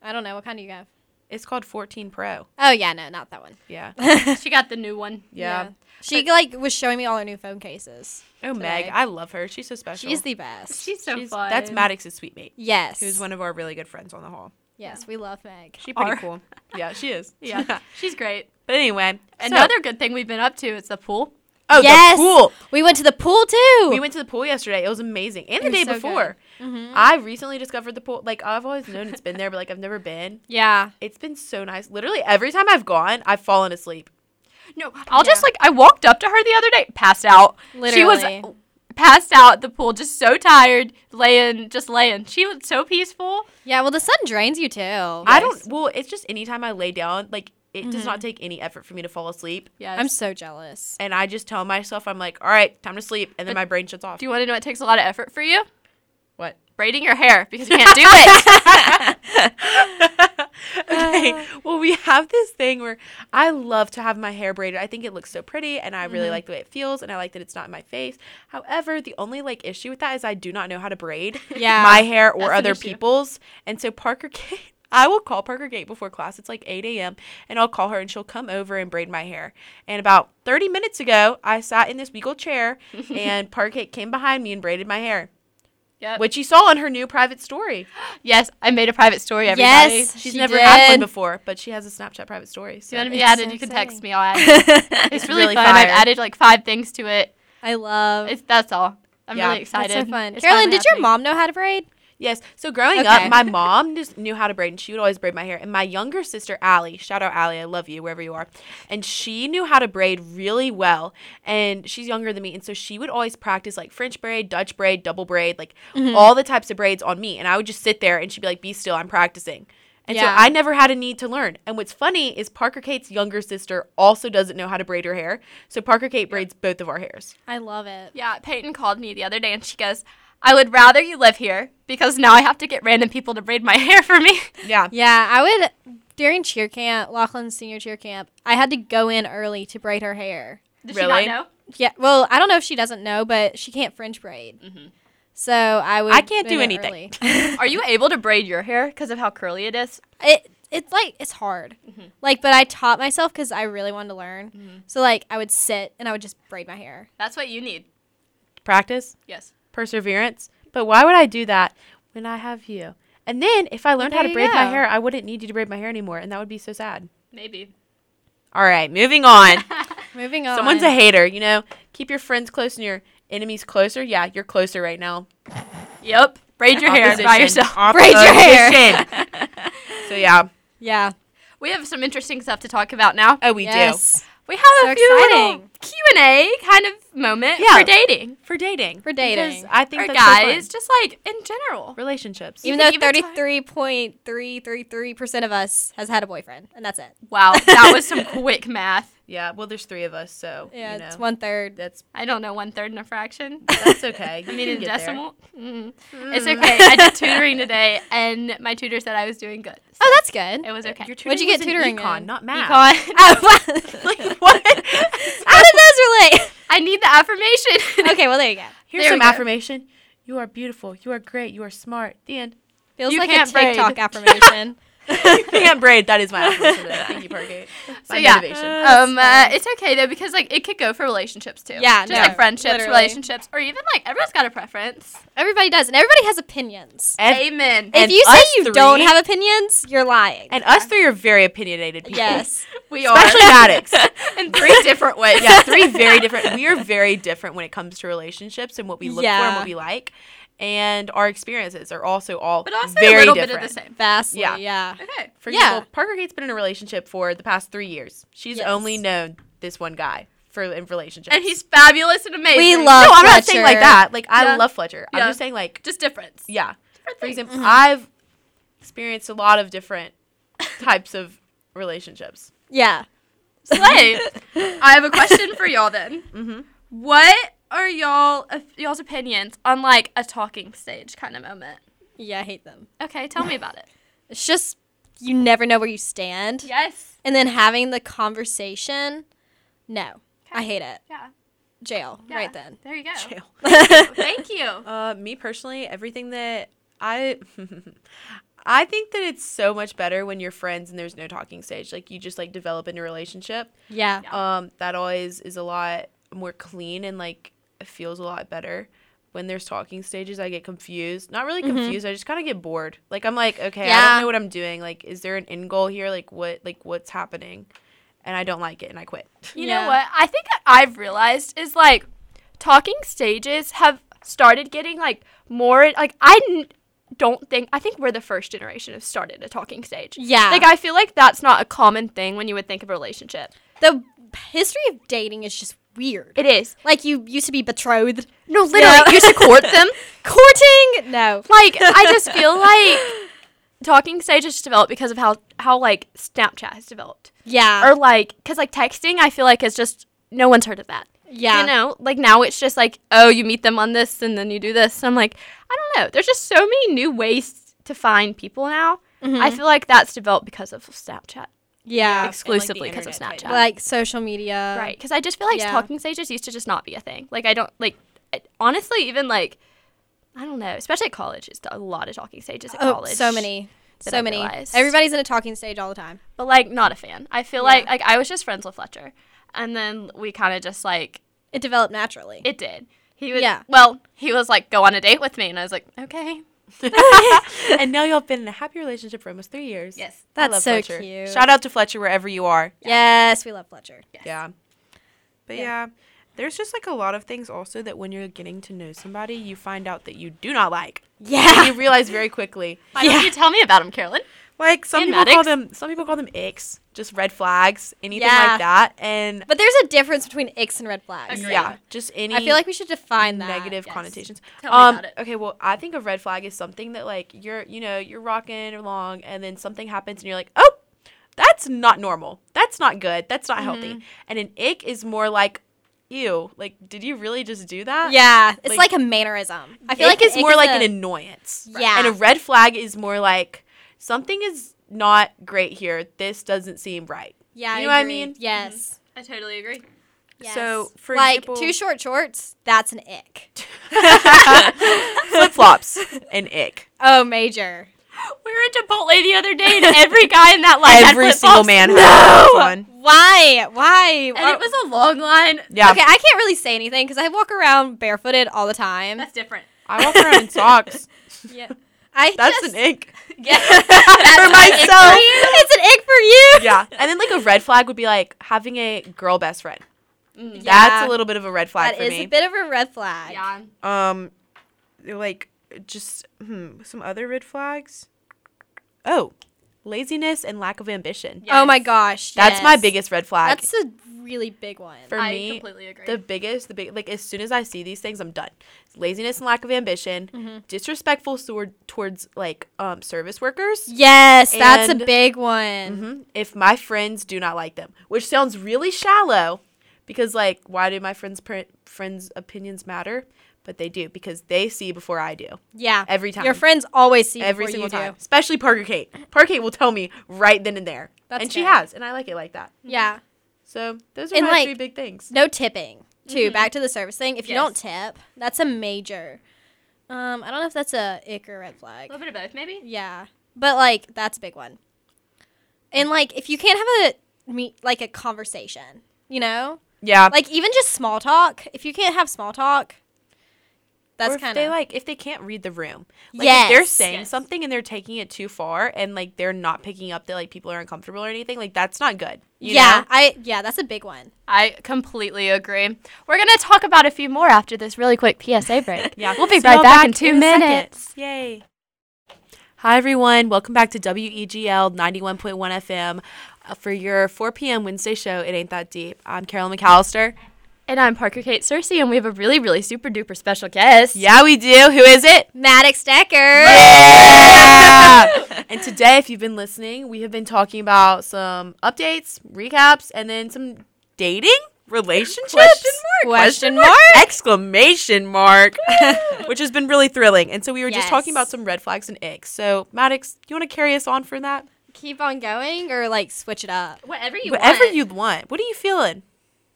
C: I don't know. What kind do you have?
A: it's called 14 Pro.
C: Oh, yeah. No, not that one.
A: Yeah, yeah.
B: She got the new one.
C: She like was showing me all her new phone cases.
A: Oh Meg,
C: Today.
A: I love her. She's so special.
C: She's the best.
B: She's so
A: She's-
B: fun.
A: That's Maddox's sweet mate,
C: yes.
A: who's one of our really good friends on the hall.
C: Yes, we love Meg.
A: She's pretty
B: Are.
A: cool. Yeah, she is.
B: Yeah. She's great.
A: but anyway,
B: Another good thing we've been up to is the pool.
A: oh
C: yes.
A: the pool.
C: We went to the pool too.
A: We went to the pool yesterday. It was amazing. And the
C: It was
A: day
C: so
A: before. I recently discovered the pool. Like, I've always known it's been there, but like, I've never been.
C: Yeah.
A: It's been so nice. Literally, every time I've gone, I've fallen asleep.
B: No, I'll just
C: Yeah.
B: like I walked up to her the other day, passed out. She was
C: Literally.
B: passed out at the pool, just so tired, laying, just laying. She was so peaceful.
C: Yeah. Well, the sun drains you too.
A: I don't, well, it's just anytime I lay down, like, it does not take any effort for me to fall asleep.
B: Yes.
C: I'm so jealous.
A: And I just tell myself, I'm like, all right, time to sleep. And then
B: But
A: my brain shuts off.
B: Do you want to know what takes a lot of effort for you?
A: What?
B: Braiding your hair because you can't do it. Uh.
A: okay. Well, we have this thing where I love to have my hair braided. I think it looks so pretty and I really
B: Mm-hmm.
A: like the way it feels and I like that it's not in my face. However, the only like issue with that is I do not know how to braid
C: Yeah,
A: my hair or
B: that's an
A: other
B: issue.
A: people's. And so Parker Gate I will call Parker Gate before class. It's like 8 a.m. and I'll call her and she'll come over and braid my hair. And about 30 minutes ago, I sat in this wiggle chair and Parker Gate came behind me and braided my hair,
B: Yep.
A: which you saw on her new private story.
B: yes, I made a private story. Everybody.
C: Yes.
A: She's
C: She
A: never had one
C: did.
A: before, but she has a Snapchat private story.
B: If you
A: So.
B: want to be
C: It's
B: added,
C: so
B: you can text
C: exciting.
B: me. I'll add. it.
C: I
B: It's really,
A: really
B: fun.
A: fire.
B: I've added like five things to it.
C: love.
B: It's that's all. I'm
A: Yeah.
B: really excited.
C: That's so fun.
B: It's
C: Carolyn,
B: finally
C: did your
B: happening.
C: mom know how to braid?
A: Yes. So growing
C: Okay.
A: up, my mom just knew how to braid, and she would always braid my hair. And my younger sister, Allie, shout out Allie, I love you wherever you are, and she knew how to braid really well. And she's younger than me, and so she would always practice like French braid, Dutch braid, double braid, like
C: Mm-hmm.
A: all the types of braids on me. And I would just sit there, and she'd be like, "Be still, I'm practicing." And
C: Yeah.
A: so I never had a need to learn. And what's funny is Parker Kate's younger sister also doesn't know how to braid her hair. So Parker Kate braids both of our hairs.
C: I love it.
B: Yeah, Peyton called me the other day and she goes, I would rather you live here because now I have to get random people to braid my hair for me.
A: Yeah.
C: Yeah, I would during cheer camp, Lachlan's senior cheer camp. I had to go in early to braid her hair.
B: Did
A: Really?
B: she not know?
C: Yeah, well, I don't know if she doesn't know, but she can't French braid. So I would.
A: Mm-hmm. I can't do
C: in
A: anything.
C: early.
B: Are you able to braid your hair because of how curly it is?
C: it it's like it's hard.
A: Mm-hmm.
C: Like, but I taught myself because I really wanted to learn. So like, I would sit and I would just braid my hair.
B: That's what you need.
A: Practice.
B: Yes.
A: perseverance. But why would I do that when I have you? And then if I learned how
C: there
A: to
C: you
A: braid my
C: go.
A: hair, I wouldn't need you to braid my hair anymore, and that would be so sad.
B: Maybe.
A: All right, moving on.
C: Moving on.
A: Someone's a hater, you know. Keep your friends close and your enemies closer. Yeah, you're closer right now.
B: Yep. Braid your hair by
A: Opposition.
B: yourself.
C: Braid your hair.
A: Opposition. so yeah.
C: yeah.
B: We have some interesting stuff to talk about now.
A: Oh, we
C: yes.
B: We have
C: So
B: a few little
C: exciting.
B: Q&A kind of moment
A: Yeah.
B: for dating.
A: do for dating.
C: For
A: Because
C: dating.
A: I think
B: or
A: that's
B: guys,
A: so fun.
B: just like in general.
A: relationships.
C: even
B: can
C: though
B: even try-
C: thirty three point three three three percent of us has had a boyfriend, and that's it.
B: Wow, that was some quick math.
A: yeah. Well, there's three of us, so
C: Yeah,
A: you know,
C: it's one third.
A: That's
B: I don't know one third in a fraction.
A: that's okay. You
B: I mean,
A: can
B: in
A: get there.
B: decimal. Mm. It's okay. I did tutoring today, and my tutor said I was doing good. So
C: Oh, that's good.
B: it was okay.
A: Your
C: What'd you
A: Uh, tutoring
C: get
A: was in
C: tutoring
A: econ,
C: in?
A: not math.
B: Econ.
C: Oh, wow.
A: like what?
C: How did those
B: I need the affirmation.
C: relate? okay, well there you go.
A: Here's
B: There we
A: some
B: go.
A: affirmation. You are beautiful. You are great. You are smart. The end.
C: Feels
B: You
C: like a
B: can't braid.
C: TikTok affirmation.
A: Can't braid. That is my affirmation. today. Thank you, Parkgate.
B: so
A: My
B: yeah,
A: motivation.
B: um, uh, it's okay though because like it could go for relationships too.
C: Yeah,
B: just
C: no,
B: like friendships,
C: literally.
B: relationships, or even like everyone's got a preference.
C: Everybody does, and everybody has opinions.
A: and,
B: Amen.
C: If
A: And
C: you say
A: us
C: you don't
A: three-
C: have opinions, you're lying.
A: and us three are very opinionated people.
C: yes.
B: we
A: Especially addicts.
B: in three different ways.
A: Yeah, three very different. We are very different when it comes to relationships and what we look for and
C: Yeah.
A: what we like, and our experiences are also all
B: but also
A: very
B: a little
A: different.
B: bit of the same.
C: Vastly,
A: Yeah.
C: yeah.
B: Okay.
A: For
C: Yeah.
A: example, Parker Gate's been in a relationship for the past three years. She's
C: Yes.
A: only known this one guy for in relationships.
B: And he's fabulous and amazing.
C: We love-
A: no, I'm not saying like
C: Fletcher.
A: that. Like I
B: Yeah.
A: love Fletcher.
B: Yeah.
A: I'm just mm-hmm. saying like
B: just difference.
A: Yeah. For
B: things.
A: example, I've experienced a lot of different types of relationships.
C: Yeah.
B: Slay. I have a question for y'all then.
A: Mhm.
B: What are y'all uh, y'all's opinions on like a talking stage kind of moment?
C: Yeah, I hate them.
B: Okay, tell me about it.
C: It's just you never know where you stand.
B: Yes.
C: And then having the conversation. No. I hate it.
B: Yeah.
C: Jail.
B: yeah.
C: Right then.
B: There you go.
A: Jail.
B: Thank you.
A: Uh, me personally, everything that I, I think that it's so much better when you're friends and there's no talking stage. Like you just like develop into a relationship.
C: yeah.
A: Um, that always is a lot more clean and like it feels a lot better. When there's talking stages, I get confused. Not really confused. I just kind of get bored. Like I'm like, okay, I
C: Yeah.
A: don't know what I'm doing. Like, is there an end goal here? Like what? Like what's happening? And I don't like it, and I quit.
B: You
C: Yeah.
B: know what? I think I've realized is like talking stages have started getting like more like I n- don't think I think we're the first generation who started a talking stage.
C: Yeah.
B: Like I feel like that's not a common thing when you would think of a relationship.
C: the history of dating is just weird.
B: It is.
C: like you used to be betrothed.
B: No, literally, you used to court them.
C: Courting? No.
B: Like I just feel like talking stages just developed because of how how like Snapchat has developed,
C: Yeah.
B: or like because like texting, I feel like is just no one's heard of that.
C: yeah.
B: You know, like now it's just like, oh, you meet them on this and then you do this. I'm like, I don't know. There's just so many new ways to find people now. I feel like that's developed because of Snapchat,
C: yeah.
B: exclusively because of
A: internet
B: Snapchat.
A: type.
C: Like social media.
B: right. Because I just feel like
C: Um, Yeah.
B: talking stages used to just not be a thing. Like, I don't, like, I, honestly, even like, I don't know, especially at college, it's a lot of talking stages at
C: Oh,
B: college.
C: so many.
B: that
C: So
B: I
C: many.
B: realized.
C: Everybody's in a talking stage all the time.
B: but like, not a fan. I feel like, like, I was just friends with Fletcher. And then we kind of just like,
C: It developed naturally.
B: It did. He was
C: Yeah.
B: well, he was like, go on a date with me and I was like, Okay.
A: and now y'all been in a happy relationship for almost three years.
B: Yes.
A: I
C: That's
A: love
C: so
A: Fletcher.
C: cute.
A: Shout out to Fletcher wherever you are.
C: yes, we love Fletcher.
A: Yeah. But yeah. there's just like a lot of things also that when you're getting to know somebody, you find out that you do not like. And
C: Yeah.
A: you realize very quickly.
B: Why don't you tell me about him, Carolyn?
A: Like some
B: And
A: people call
B: Maddox.
A: them some people call them icks, just red flags, anything
C: Yeah.
A: like that. And
C: But there's a difference between icks and red flags.
B: Agreed.
A: yeah, just any
C: I feel like we should define that.
A: negative
B: yes.
A: connotations.
B: Tell me
A: um,
B: about it.
A: Okay, well, I think a red flag is something that like you're, you know, you're rocking along, and then something happens, and you're like, oh, that's not normal. That's not good. That's not healthy.
C: Mm-hmm.
A: And an ick is more like, ew, like, did you really just do that?
C: Yeah. It's
A: Like-
C: like, a mannerism. I
A: I
C: feel like
A: it's
C: an ick
A: more
C: is
A: like an
C: a-
A: annoyance.
C: Yeah.
A: And a red flag is more like something is not great here. This doesn't seem right.
C: Yeah.
A: you know what I
C: agree.
A: mean?
C: Yes.
B: I totally agree.
A: So, for
C: like
A: example-
C: two short shorts, that's an ick.
A: Flip flops, an ick.
C: Oh, major.
B: We were at Chipotle the other day and every guy in that line
A: Every
B: had
A: single
B: flip-flops.
A: man has
C: No!
A: one.
C: Why? Why?
B: And it was a long line.
A: Yeah.
C: Okay, I can't really say anything because I walk around barefooted all the time.
B: That's different.
A: I walk around in socks.
C: yeah. I
A: That's
C: just,
A: an ick.
B: Yeah.
A: for myself.
C: It's an ick for you.
A: yeah. And then like a red flag would be like having a girl best friend. That's
C: Yeah.
A: a little bit of a red flag
C: That
A: for
C: is
A: me.
C: a bit of a red flag.
B: yeah.
A: um like just hmm, some other red flags. Oh, laziness and lack of ambition.
B: Yeah.
C: Oh my
B: Yes.
C: gosh.
A: That's my
C: yes.
A: biggest red flag.
C: That's a really big one.
A: for
B: I
A: me,
B: completely agree.
A: the biggest, the big like as soon as I see these things, I'm done. Laziness and lack of ambition,
C: Mm-hmm.
A: disrespectful toward, towards like um service workers.
C: yes, that's a
A: And-
C: big one.
A: Mhm. if my friends do not like them, which sounds really shallow, because like, why do my friends' pr- friends' opinions matter? But they do because they see before I do
C: Yeah.
A: every time,
C: Your friends always see
A: every
C: before
A: single
C: you
A: time.
C: do.
A: Especially Parker Kate. Parker Kate will tell me right then and there,
C: That's
A: and she
C: fair.
A: has, and I like it like that.
C: Yeah.
A: So those are
C: And,
A: my
C: like,
A: three big things.
C: No tipping. Too
A: Mm-hmm.
C: back to the service thing. If you
B: Yes.
C: don't tip, that's a major. Um, I don't know if that's a ick or red flag.
B: a little bit of both, maybe?
C: Yeah, but like that's a big one. And like if you can't have a meet like a conversation, you know,
A: Yeah,
C: like even just small talk. If you can't have small talk,
A: or
C: that's
A: if
C: kind
A: they
C: of
A: like if they can't read the room. Like if they're
C: Yes.
A: saying
B: Yes.
A: something and they're taking it too far, and like they're not picking up that like people are uncomfortable or anything. Like that's not good. you
C: yeah.
A: know?
C: I yeah, that's a big one.
B: I completely agree. We're gonna talk about a few more after this really quick PSA break.
A: Yeah,
B: We'll be
A: so
B: right
A: y'all
B: back in two
A: a second.
B: minutes.
A: Yay. Hi, everyone. Welcome back to E WEGL 91.1 FM uh, for your 4 p.m. Wednesday show, It Ain't That Deep. I'm Carolyn McAllister.
B: And I'm Parker Kate Cersei, and we have a really, really super duper special guest.
A: Yeah, we do. Who is it?
C: Maddox Decker.
A: and today, if you've been listening, we have been talking about some updates, recaps, and then some dating relationships.
B: Question
C: mark. Question
A: Exclamation mark. which has been really thrilling. And so we were just talking
C: Yes.
A: about some red flags and icks. So Maddox, you want to carry us on for that?
C: Keep on going or like switch it up.
B: Whatever you
A: Whatever
B: want.
A: you want. What are you feeling?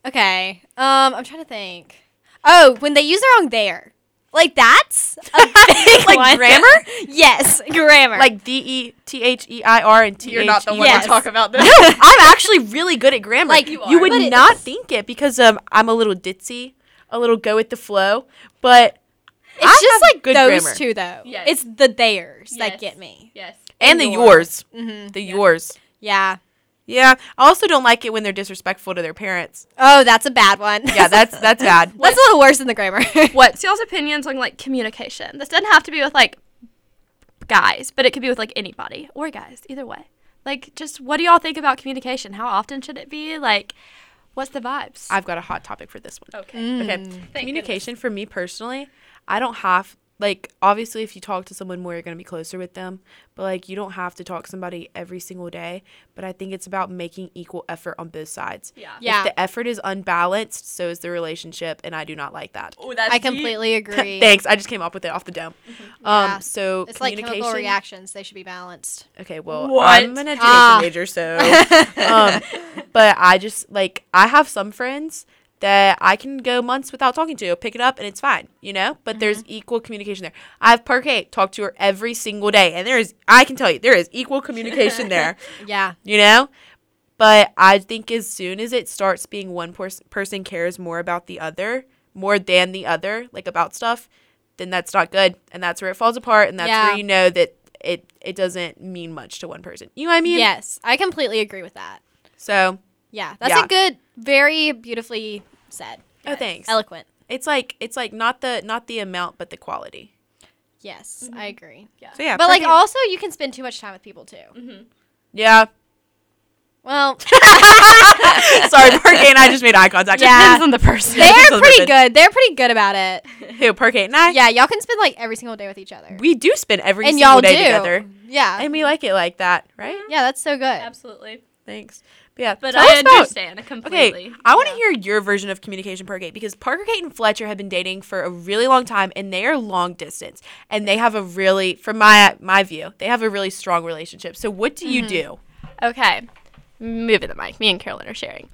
C: Okay. Um, I'm trying to think. Oh, when they use the wrong there. Like that's a big
A: Like
C: one.
A: grammar?
C: yes, grammar.
A: Like D E T H E I R and T H.
B: You're not the one
C: Yes.
B: to talk about this.
A: No, I'm actually really good at grammar.
C: Like,
A: you,
C: You
B: are.
A: would
C: But it-
A: not think it because um, I'm a little ditzy, a little go with the flow, but I
C: it's just
A: have
C: like
A: good
C: those
A: grammar.
C: two though.
B: Yes.
C: It's the theirs
B: Yes.
C: that get me.
B: Yes.
A: and the
C: Your.
A: yours,
C: Mm-hmm.
A: the yours.
C: Yeah.
A: Yeah, I also don't like it when they're disrespectful to their parents.
C: Oh, that's a bad one.
A: Yeah, that's that's bad.
C: that's a little worse than the grammar.
B: What's y'all's opinions on like communication? This doesn't have to be with like guys, but it could be with like anybody or guys, either way. Like, just what do y'all think about communication? How often should it be? Like, what's the vibes? Mm.
A: I've got a hot topic for this one.
B: okay.
A: Okay, communication for me personally, I don't have like obviously if you talk to someone more, you're gonna be closer with them, but like you don't have to talk to somebody every single day. But I think it's about making equal effort on both sides.
B: Yeah.
C: Yeah.
A: If the effort is unbalanced, so is the relationship, and I do not like that.
B: Oh, that's
C: I completely agree.
A: Thanks. I just came up with it off the dome. Um,
C: Yeah.
A: so
C: It's like
A: communication.
C: chemical reactions; they should be balanced.
A: Okay, well,
B: What?
A: I'm an education
C: Ah.
A: major, so. um, but I just like I have some friends that I can go months without talking to, pick it up, and it's fine, you know. But there's equal communication there. I've Parquet talked to her every single day, and there is I can tell you there is equal communication there,
C: Yeah,
A: you know. But I think as soon as it starts being one pers- person cares more about the other, more than the other, like about stuff, then that's not good, and that's where it falls apart, and that's
C: Yeah.
A: where you know that it it doesn't mean much to one person. You know what I mean?
C: yes, I completely agree with that.
A: So,
C: Yeah, that's
A: Yeah.
C: a good, very beautifully said,
A: oh thanks.
C: eloquent.
A: It's like it's like not the not the amount but the quality.
C: Yes, I agree.
A: So Mm-hmm. yeah,
C: but like
A: perfect. Mm-hmm.
C: also, you can spend too much time with people too.
A: yeah.
C: Well,
A: Sorry, Parquet and I just made eye contact.
C: Yeah.
B: Depends on the person.
C: they're
A: Elizabeth.
C: pretty good. They're pretty good about it.
A: Who Parquet and I?
C: Yeah, y'all can spend like every single day with each other,
A: we do spend every
C: and
A: single
C: y'all
A: day
C: do.
A: together,
C: Yeah,
A: and we like it like that, right?
C: yeah, that's so good.
B: Absolutely.
A: Thanks. But yeah,
B: But
A: tell
B: I
A: us about-
B: understand completely.
A: Okay, I want to hear your version of communication, Parker Kate, because Parker Kate and Fletcher have been dating for a really long time, and they are long distance, and they have a really, from my my view, they have a really strong relationship. So, what do you do?
B: Okay. Moving the mic. Me and Carolyn are sharing.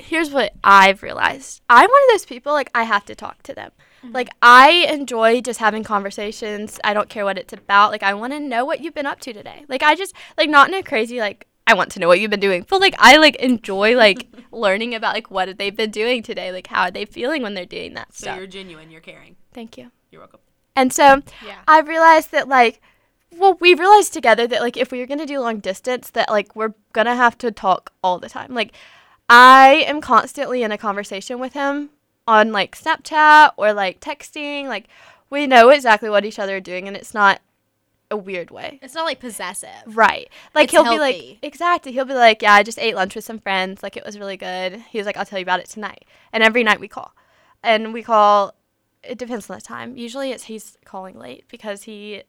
B: Here's what I've realized. I'm one of those people like I have to talk to them. Like I enjoy just having conversations. I don't care what it's about. Like I want to know what you've been up to today. Like I just like not in a crazy like I want to know what you've been doing. But like I like enjoy like learning about like what they've been doing today. Like how are they feeling when they're doing that stuff.
A: genuine. You're caring.
B: Thank you.
A: You're welcome.
B: And so
C: Yeah.
B: I realized that like well, we realized together that like if we were gonna do long distance that like we're gonna have to talk all the time. Like I am constantly in a conversation with him on like Snapchat or like texting. Like we know exactly what each other are doing and it's not a weird way.
C: It's not like possessive.
B: Right. Like
C: It's
B: he'll be
C: healthy.
B: like exactly. He'll be like, Yeah, I just ate lunch with some friends, like it was really good. He was like, I'll tell you about it tonight. And every night we call. And we call it depends on the time. Usually it's he's calling late because he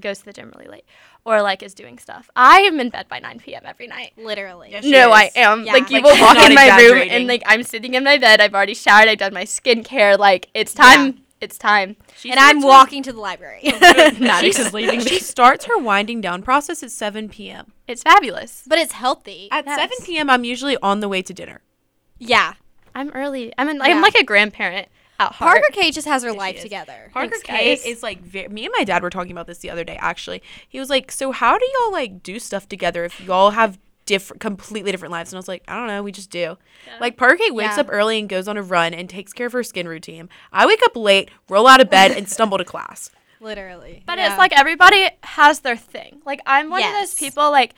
B: goes to the gym really late. Or like is doing stuff. I am in bed by nine PM every night.
C: Literally.
A: Yes. She
B: No, I
A: is.
B: am.
C: Yeah.
B: Like you
A: Like,
B: will
A: she's
B: walk
A: not
B: in my room
A: exaggerating.
B: and like I'm sitting in my bed. I've already showered, I've done my skincare, like it's time. It's time.
C: And I'm walking to the library.
B: Maddox is leaving
A: She starts her winding down process at 7 p.m.
B: It's fabulous.
C: but it's healthy.
A: At
B: Yes.
A: 7 p.m., I'm usually on the way to dinner.
C: yeah.
B: I'm early. I'm in, like, I'm
C: Yeah.
B: like a grandparent at heart.
C: Parker Kay just has her life
A: is.
C: together.
A: Parker
B: Thanks,
A: K
B: guys.
A: is like ve- me and my dad were talking about this the other day. Actually, he was like, "So how do y'all like do stuff together if y'all have different, completely different lives?" And I was like, "I don't know. We just do." Like Parker K wakes
C: Yeah.
A: up early and goes on a run and takes care of her skin routine. I wake up late, roll out of bed, and stumble to class.
C: Literally.
B: But
C: Yeah.
B: it's like everybody has their thing. Like I'm one of
C: Yes.
B: those people like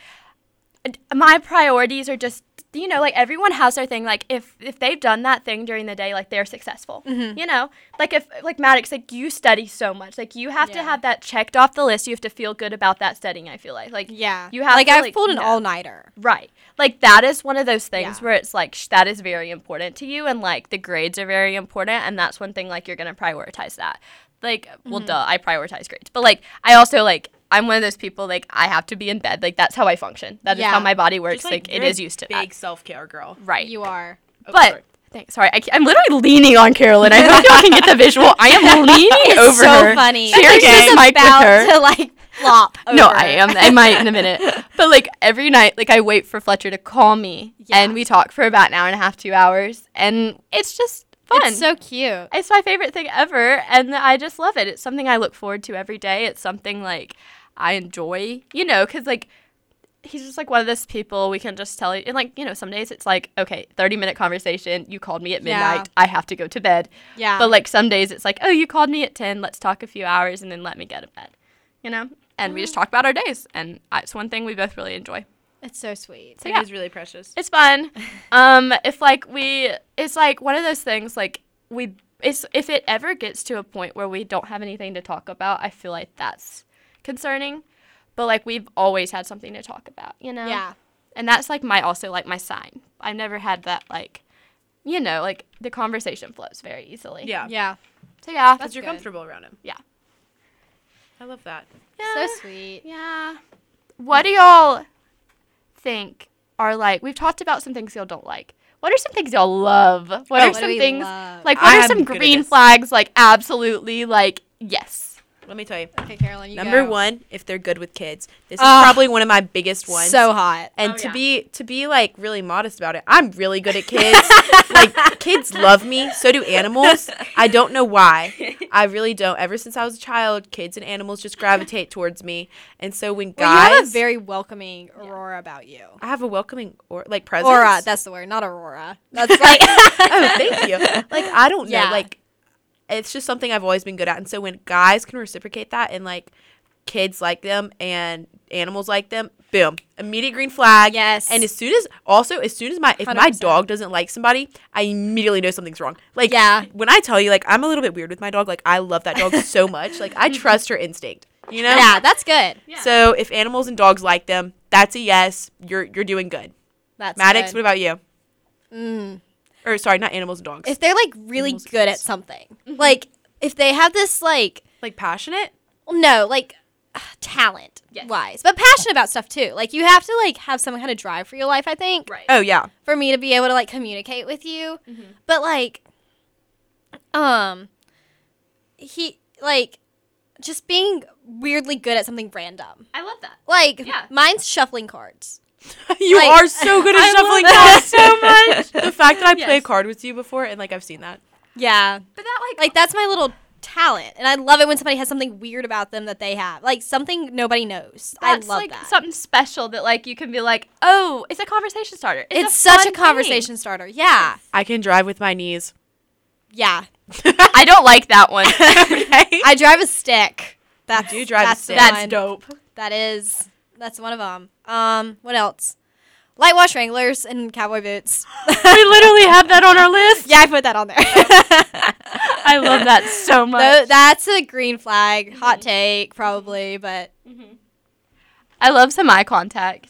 B: my priorities are just you know like everyone has their thing like if if they've done that thing during the day like they're successful
C: Mm-hmm.
B: you know like if like maddox like you study so much like you have to
C: Yeah.
B: have that checked off the list you have to feel good about that studying i feel like like
C: Yeah.
B: You have
C: like
B: to,
C: I've
B: like,
C: pulled an
B: know.
C: all nighter.
B: right like that is one of those things
C: Yeah.
B: where it's like sh- that is very important to you and like the grades are very important and that's one thing like you're gonna prioritize that like
C: Mm-hmm.
B: well duh i prioritize grades but like i also like i'm one of those people like i have to be in bed like that's how i function That is
C: Yeah.
B: how my body works
A: Just,
B: like, it
A: you're a
B: is used to that
A: Big self care girl.
B: Right.
C: You are.
A: Oh,
B: but
A: sorry.
B: thanks. Sorry, I, am literally leaning on Carolyn. I hope y'all can get the visual. I am leaning
C: It's
B: over
C: so
B: her,
C: funny.
B: sharing
A: Okay.
B: this mic with
C: About
B: her.
C: to like flop.
B: No,
C: over.
B: I am. I might in a minute. But like every night, like I wait for Fletcher to call me,
C: Yeah.
B: and we talk for about an hour and a half, two hours, and it's just fun.
C: It's so cute.
B: It's my favorite thing ever, and I just love it. It's something I look forward to every day. It's something like I enjoy, you know, because like he's just like one of those people we can just tell you. And like, you know, some days it's like, okay, 30 minute conversation. You called me at
C: Yeah.
B: midnight. I have to go to bed.
C: Yeah.
B: But like some days it's like, oh, you called me at 10. Let's talk a few hours and then let me go to bed, you know? And
C: Mm.
B: we just talk about our days. And I- it's one thing we both really enjoy.
C: It's so sweet.
A: It
B: yeah.
A: is really precious.
B: It's fun. um, if like we, it's like one of those things. Like we, it's if it ever gets to a point where we don't have anything to talk about, I feel like that's concerning. But like we've always had something to talk about, you know.
C: Yeah.
B: And that's like my also like my sign. I've never had that like, you know, like the conversation flows very easily.
A: Yeah.
C: Yeah.
B: So yeah,
A: Because you're
C: good.
A: comfortable around him.
B: Yeah.
A: I love that.
B: yeah.
C: So sweet.
B: Yeah. What do y'all think are like? We've talked about some things y'all don't like. What are some things y'all love? What are
C: Oh, what do
B: some
C: we
B: things
C: love?
B: like? What
A: I
B: are
A: am
B: some
A: good at
B: green
A: this.
B: flags? Like absolutely, like yes.
A: Let me tell you.
C: Okay, Carolyn, you
A: Number
C: go.
A: one, if they're good with kids, this is
C: Ugh.
A: probably one of my biggest ones.
C: So hot.
A: and
B: Oh,
A: to
B: yeah.
A: be to be like really modest about it, I'm really good at kids. like kids love me, so do animals. I don't know why. I really don't. Ever since I was a child, kids and animals just gravitate towards me. And so when
C: Well, you have a
A: guys,
C: very welcoming aurora about you.
A: I have a welcoming or like presence.
C: Aura, that's the word, not aurora. That's like
A: oh, thank you. Like I don't
C: Yeah.
A: know. Like it's just something I've always been good at. And so when guys can reciprocate that and like kids like them and animals like them, boom. Immediate green flag.
C: Yes.
A: And as soon as also as soon as my if my
C: 100%.
A: dog doesn't like somebody, I immediately know something's wrong. Like
C: Yeah.
A: when I tell you like I'm a little bit weird with my dog, like I love that dog so much. Like I trust her instinct. You know?
C: Yeah, that's good.
A: So if animals and dogs like them, that's a yes. You're you're doing good.
C: That's
A: Maddox, what
C: good.
A: about you?
C: Mm.
A: Or sorry, not animals and dogs.
C: If they're like really
A: Animals
C: good at
A: exist.
C: something, like if they have this like
A: like passionate?
C: no like ah, talent
B: Yes.
C: wise, but passionate about stuff too. Like you have to like have some kind of drive for your life. I think
B: Right.
A: Oh yeah.
C: for me to be able to like communicate with you, but like um he like just being weirdly good at something random.
B: I love that.
C: Like
B: Yeah.
C: mine's shuffling cards.
A: You
C: Like-
A: are so good at
B: I
A: shuffling
B: love
A: cards
B: that
A: so much. The fact that I play a
B: Yes.
A: card with you before and like I've seen that.
C: Yeah.
B: But that like
C: Like that's my little talent, and I love it when somebody has something weird about them that they have, like something nobody knows. I
B: that's
C: love
B: like
C: that.
B: something special that like you can be like, oh, it's a conversation starter. It's,
C: it's
B: a
C: such
B: fun
C: a conversation starter. Yeah,
A: I can drive with my knees.
C: yeah.
B: thing. I don't like that one.
A: okay.
C: I drive a stick. That's
A: do drive a
C: that's the
A: stick.
B: That's
C: one.
B: dope.
C: That is that's one of them. Um, what else? Light wash wranglers and cowboy boots.
B: we literally have that on our list.
C: yeah, I put that on there.
B: I love that so much.
C: Tho- that's a green flag, hot take probably, but
B: I love some eye contact.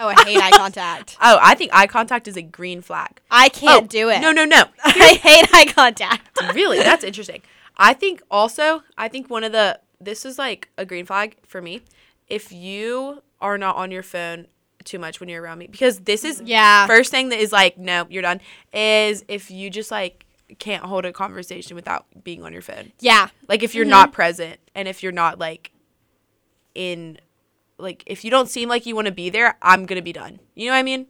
C: oh, I hate eye contact.
A: Oh, I think eye contact is a green flag.
C: I can't
A: Oh,
C: do it.
A: No, no, no.
C: I hate eye contact.
A: really? That's interesting. I think also, I think one of the this is like a green flag for me. If you are not on your phone too much when you're around me because this is
C: Yeah.
A: first thing that is like no, you're done is if you just like can't hold a conversation without being on your phone.
C: Yeah.
A: Like if you're not present and if you're not like in like if you don't seem like you want to be there, I'm gonna be done. You know what I mean?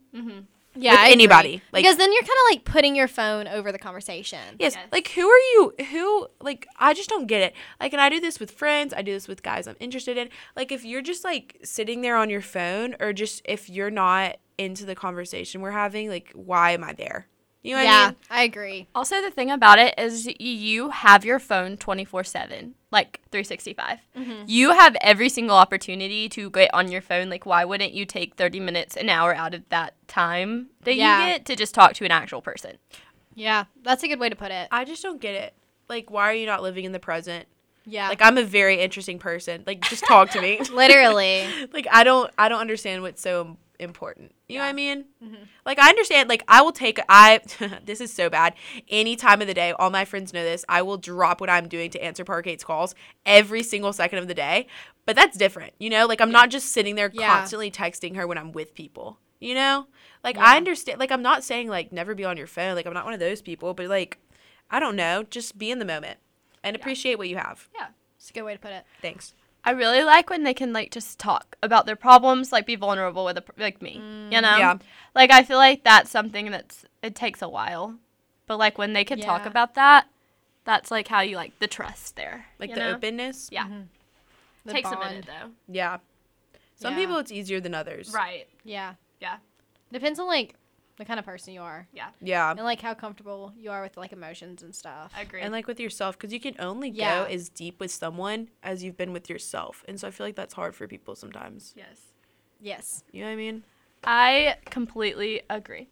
C: Yeah.
A: With
C: I agree.
A: anybody, like-
C: because then you're kind of like putting your phone over the conversation.
A: Yes.
B: Yes.
A: Like who are you who like I just don't get it. Like and I do this with friends, I do this with guys I'm interested in. Like if you're just like sitting there on your phone or just if you're not into the conversation we're having, like why am I there? You know what I
C: yeah,
A: mean?
C: I agree.
B: Also, the thing about it is you have your phone 24 7, like 365. You have every single opportunity to get on your phone. Like, why wouldn't you take 30 minutes, an hour out of that time that
C: Yeah.
B: you get to just talk to an actual person?
C: Yeah, that's a good way to put it.
A: I just don't get it. Like, why are you not living in the present?
C: Yeah,
A: Like, I'm a very interesting person. Like, just talk to me.
C: literally.
A: like, I don't, I don't understand what's so im- important. You know what I mean? Like, I understand. Like, I will take. I this is so bad. Any time of the day, all my friends know this. I will drop what I'm doing to answer Parkgate's calls every single second of the day. But that's different. You know, like I'm not just sitting there
C: Yeah.
A: constantly texting her when I'm with people. You know, like I understand. Like I'm not saying like never be on your phone. Like I'm not one of those people. But like, I don't know. Just be in the moment and appreciate what you have.
C: It's a good way to put it.
A: Thanks.
B: I really like when they can, like, just talk about their problems, like, be vulnerable with, a, pr- like, me, you know?
A: yeah.
B: Like, I feel like that's something that's, it takes a while. But, like, when they can talk
C: Yeah.
B: about that, that's, like, how you, like, the trust there.
A: Like
B: you
A: the
B: know?
A: openness.
B: Yeah.
C: The
B: takes a
C: bond.
B: minute, though.
A: Yeah. Some
C: Yeah.
A: people it's easier than others.
B: Right.
C: Yeah,
B: Yeah.
C: depends on like the kind of person you are
A: Yeah.
C: and like how comfortable you are with like emotions and stuff.
B: I agree.
A: and like with yourself because you can only go
C: Yeah.
A: as deep with someone as you've been with yourself and so i feel like that's hard for people sometimes
B: yes.
C: Yes.
A: you know what i mean
B: I completely agree.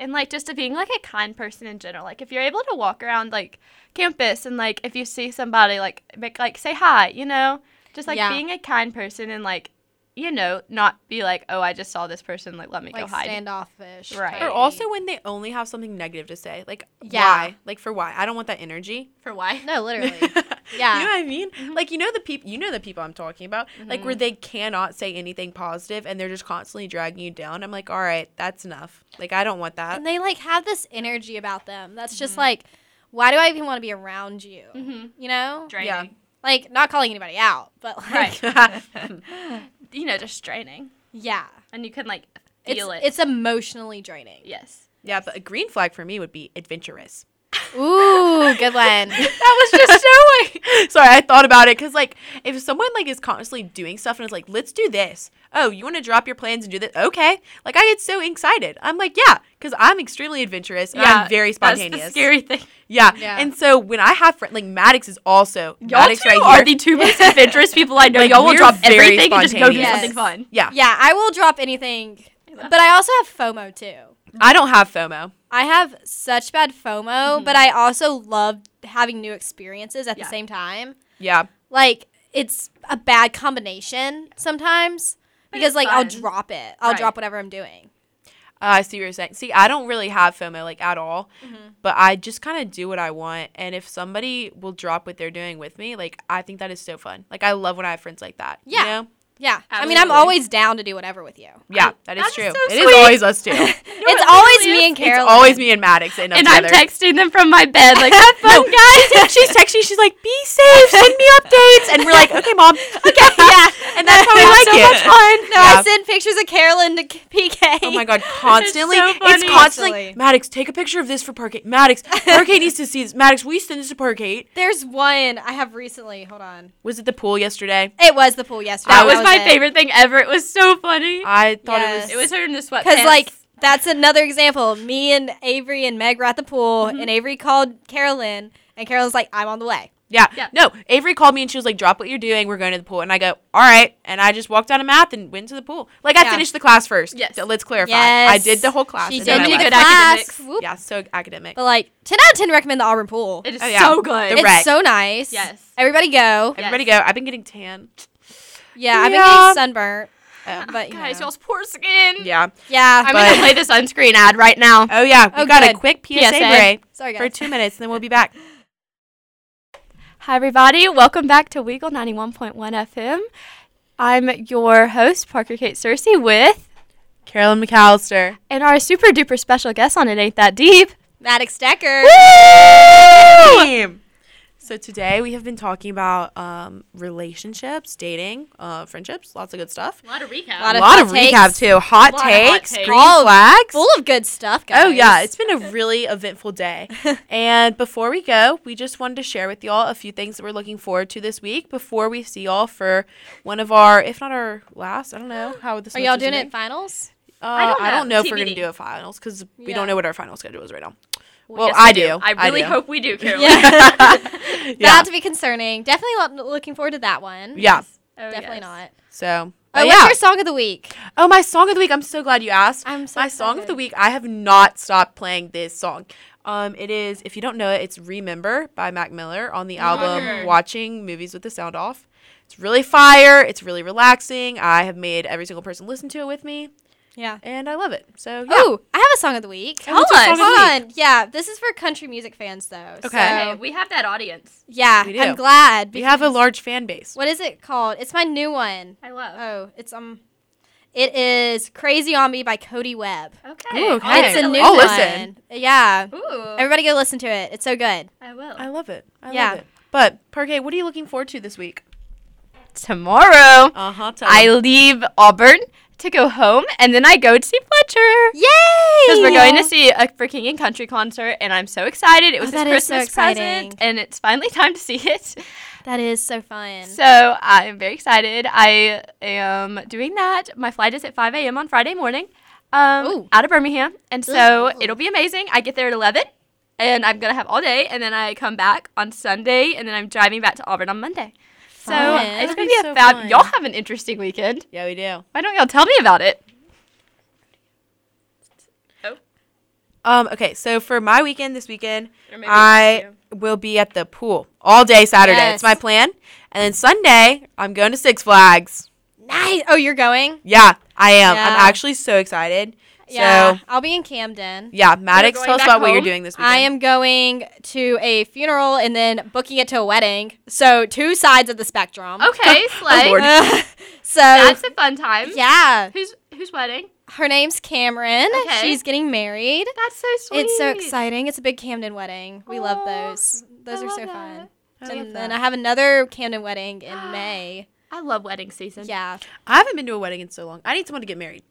B: And like just to being like a kind person in general. Like if you're able to walk around like campus and like if you see somebody like make like say hi, you know? Just like
C: Yeah.
B: being a kind person and like you know, not be like, "Oh, I just saw this person, like let me
C: Like
B: go hide."
C: standoffish.
B: Right.
C: type
B: Or
A: or
C: beat.
A: also when they only have something negative to say like
C: Yeah.
A: why like for why i don't want that energy
B: For why?
C: no, literally.
A: you
C: Yeah.
A: know
C: Mm-hmm.
A: what i mean like you know the people you know the people i'm talking about like where they cannot say anything positive and they're just constantly dragging you down i'm like all right that's enough like i don't want that
C: and they like have this energy about them that's just
A: Mm-hmm.
C: like, why do I even want to be around you?
B: Mhm.
C: You
A: Yeah.
C: know,
B: Draining.
C: like not calling anybody out, but like,
B: Right. You know, just draining.
C: yeah,
B: And you can like
C: it's
B: feel it.
C: it's emotionally draining.
B: yes.
A: yeah but a green flag for me would be adventurous
C: Ooh, good one.
A: that was just so like sorry i thought about it because like if someone like is constantly doing stuff and it's like let's do this oh you want to drop your plans and do this okay like i get so excited i'm like yeah because i'm extremely adventurous and i'm very spontaneous
B: That's the scary thing.
A: yeah.
C: Yeah.
A: and so when i have friends like maddox is also
B: Y'all
A: maddox
B: two
A: right
B: are
A: here
B: the two most adventurous people I know.
A: Like,
B: Y'all will
A: we're
B: drop
A: very
B: everything and just go do
A: spontaneous.
B: something
C: Yes.
B: fun.
A: yeah
C: yeah, I will drop anything, but I also have FOMO too.
A: i don't have fomo
C: I have such bad FOMO, but I also love having new experiences
B: Mm-hmm.
C: at
B: Yeah.
C: the same time.
A: yeah
C: Like it's a bad combination sometimes because
B: it's
C: like I'll
B: fun.
C: drop it. I'll
B: Right.
C: drop whatever I'm doing.
A: Uh, I see what you're saying. See, I don't really have FOMO like at all,
B: Mm-hmm.
A: but I just kind of do what I want. And if somebody will drop what they're doing with me, like I think that is so fun. Like I love when I have friends like that. you
C: Yeah.
A: know?
C: Yeah. I mean, I'm
B: Absolutely.
C: always down to do whatever with you.
A: yeah, that is
B: That is
A: true.
B: so
A: It is
B: sweet.
A: always us two.
C: it's
B: it
C: always
B: literally
C: me
B: is.
C: and
A: it's
C: Carolyn.
A: always me and Maddox and, us
B: and
A: together.
B: I'm texting them from my bed, like, have fun,
A: No,
B: guys.
A: She's texting. She's like, "Be safe. Send me updates." And we're like, "Okay, mom. Okay, yeah." And that's how we
C: That's
A: like
C: so
A: it.
C: much
A: fun.
C: No, I send pictures of Carolyn to K- PK.
A: Oh my god, constantly.
B: so
A: It's,
B: funny.
A: constantly.
C: Constantly.
A: Maddox, take a picture of this for Parkate. Maddox, Parkate needs to see this. Maddox, will you send this to Parkate?
C: There's one I have recently. Hold on.
A: Was it the pool yesterday?
C: It was the pool yesterday.
B: That was my
C: it.
B: favorite thing ever. It was so funny.
A: I thought it was.
C: Yes.
B: it was her in the sweatpants.
C: Because like that's another example. Me and Avery and Meg were at the pool, and Avery called Carolyn, and Carolyn's like, "I'm on the way."
A: Yeah.
B: Yeah.
A: No, Avery called me and she was like, drop what you're doing. We're going to the pool. And I go, all right. And I just walked out of math and went to the pool. Like, I
C: Yeah.
A: finished the class first.
B: Yes.
A: So let's clarify.
C: Yes.
A: I did the whole class.
C: She
A: and then
C: did
A: I
B: do
A: left.
B: good
C: the
B: academics.
C: class. Whoop.
A: Yeah, so academic.
C: But like, ten out of ten recommend the Auburn pool.
B: it is
A: Oh, yeah.
B: so good.
A: The
C: It's
A: red- Correct.
C: so nice.
B: Yes.
C: Everybody go. Yeah,
B: Yeah.
A: Everybody go. I've been getting tan.
C: I've been
A: Yeah.
C: getting sunburnt.
A: Oh.
C: But you
B: guys,
C: know.
B: y'all's poor skin.
A: Yeah.
C: Yeah.
B: I'm
A: But-
B: gonna play the sunscreen ad right now.
A: Oh, yeah. We
C: Oh,
A: got a
C: good.
A: quick PSA,
B: PSA.
A: break
C: Sorry guys.
A: for two minutes and then we'll be back.
B: Hi everybody, welcome back to Weagle 91.1 FM. I'm your host, Parker Kate Cersei, with
A: Carolyn McAllister.
B: and our super duper special guest on It Ain't That Deep.
C: Maddox Decker.
A: Damn. So today we have been talking about um, relationships, dating, uh, friendships, lots of good stuff.
B: A lot of recap.
C: Lot
A: A
C: of
A: lot
C: hot
A: of
C: takes.
A: recap too. Hot
B: Lot of hot
A: takes,
B: takes.
A: green
C: All
A: flags.
C: Full of good stuff, guys.
A: Oh yeah, it's been a really eventful day. and before we go, we just wanted to share with y'all a few things that we're looking forward to this week before we see y'all for one of our, if not our last, I don't know how this.
C: Are y'all doing it in finals?
A: I
B: don't
A: don't, Uh, I don't know
B: know.
A: if we're gonna
B: TBD.
A: do a finals because we
C: Yeah.
A: don't know what our final schedule is right now.
B: Well,
A: Well,
B: yes,
A: I
B: we
A: do.
B: I
A: I
B: really
A: do.
B: hope we do, Carolyn.
A: Yeah,
C: That to be concerning. Definitely lo- looking forward to that one.
A: yeah.
B: Oh,
C: Definitely
B: yes.
C: not.
A: So,
C: Oh,
A: but
C: what's
A: yeah.
C: your song of the week?
A: oh, my song of the week. I'm so glad you asked.
C: I'm so
A: my song of the
C: excited.
A: week. I have not stopped playing this song. Um, it is if you don't know it, it's "Remember" by Mac Miller on the album
B: Remember.
A: "Watching Movies with the Sound Off." It's really fire. It's really relaxing. I have made every single person listen to it with me,
C: Yeah.
A: and I love it. So, yeah.
C: Oh, I have a song of the week.
A: Oh, what's your song of the
C: Hold on. Yeah, this is for country music fans though.
A: Okay.
C: so-
B: Okay, we have that audience.
C: yeah,
A: We do.
C: I'm glad.
A: we have a
C: because-
A: large fan base.
C: What is it called? It's my new one.
B: I love.
C: Oh, it's um, it is "Crazy on Me" by Cody Webb.
B: Okay.
A: Ooh,
B: I'll
A: okay.
C: It's a new
A: I'll
C: one.
A: listen.
C: Yeah,
B: Ooh,
C: everybody go listen to it. It's so good.
B: I will.
A: I love it. I
C: Yeah.
A: love it. But Parquet, what are you looking forward to this week?
E: Tomorrow,
A: Uh huh.
E: I leave Auburn to go home, and then I go to see Fletcher.
C: Yay!
E: Because we're going to see a freaking and country concert, and I'm so excited. It was his
C: Oh, that is so
E: Christmas
C: exciting.
E: present, and it's finally time to see it.
C: That is so fun.
E: So I'm very excited. I am doing that. My flight is at 5 a.m. on Friday morning um,
C: Ooh.
E: out of Birmingham. And so
C: Ooh.
E: it'll be amazing. I get there at 11, and I'm going to have all day, and then I come back on Sunday, and then I'm driving back to Auburn on Monday. So
C: Fun.
E: it's
A: That'll
E: going
A: be
E: to be
A: so
E: a fab.
A: fun.
E: Y'all have an interesting weekend.
A: Yeah, we do.
E: Why don't y'all tell me about it?
A: Um, okay, so for my weekend this weekend,
B: Or maybe
A: I
B: it's
A: will be at the pool all day Saturday.
C: Yes.
A: It's my plan. And then Sunday, I'm going to Six Flags.
C: nice. Oh, you're going?
A: Yeah, I am.
C: Yeah.
A: I'm actually so excited.
C: Yeah.
A: So,
C: I'll be in Camden.
A: yeah, Maddox,
B: going
A: tell us
B: back
A: about what you're
B: home?
A: doing this weekend.
C: I am going to a funeral and then booking it to a wedding. So two sides of the spectrum.
B: Okay, Slay.
A: Lord.
C: so
B: That's a fun time.
C: yeah,
B: Who's who's wedding?
C: her name's Cameron.
B: Okay.
C: She's getting married.
B: That's so sweet.
C: It's so exciting. It's a big Camden wedding. We love
B: Aw,
C: those. Those
B: I
C: are
B: love
C: so
B: that.
C: fun.
A: I love
C: And then
A: that.
C: I have another Camden wedding in May.
B: I love wedding season.
C: Yeah.
A: I haven't been to a wedding in so long. I need someone to get married.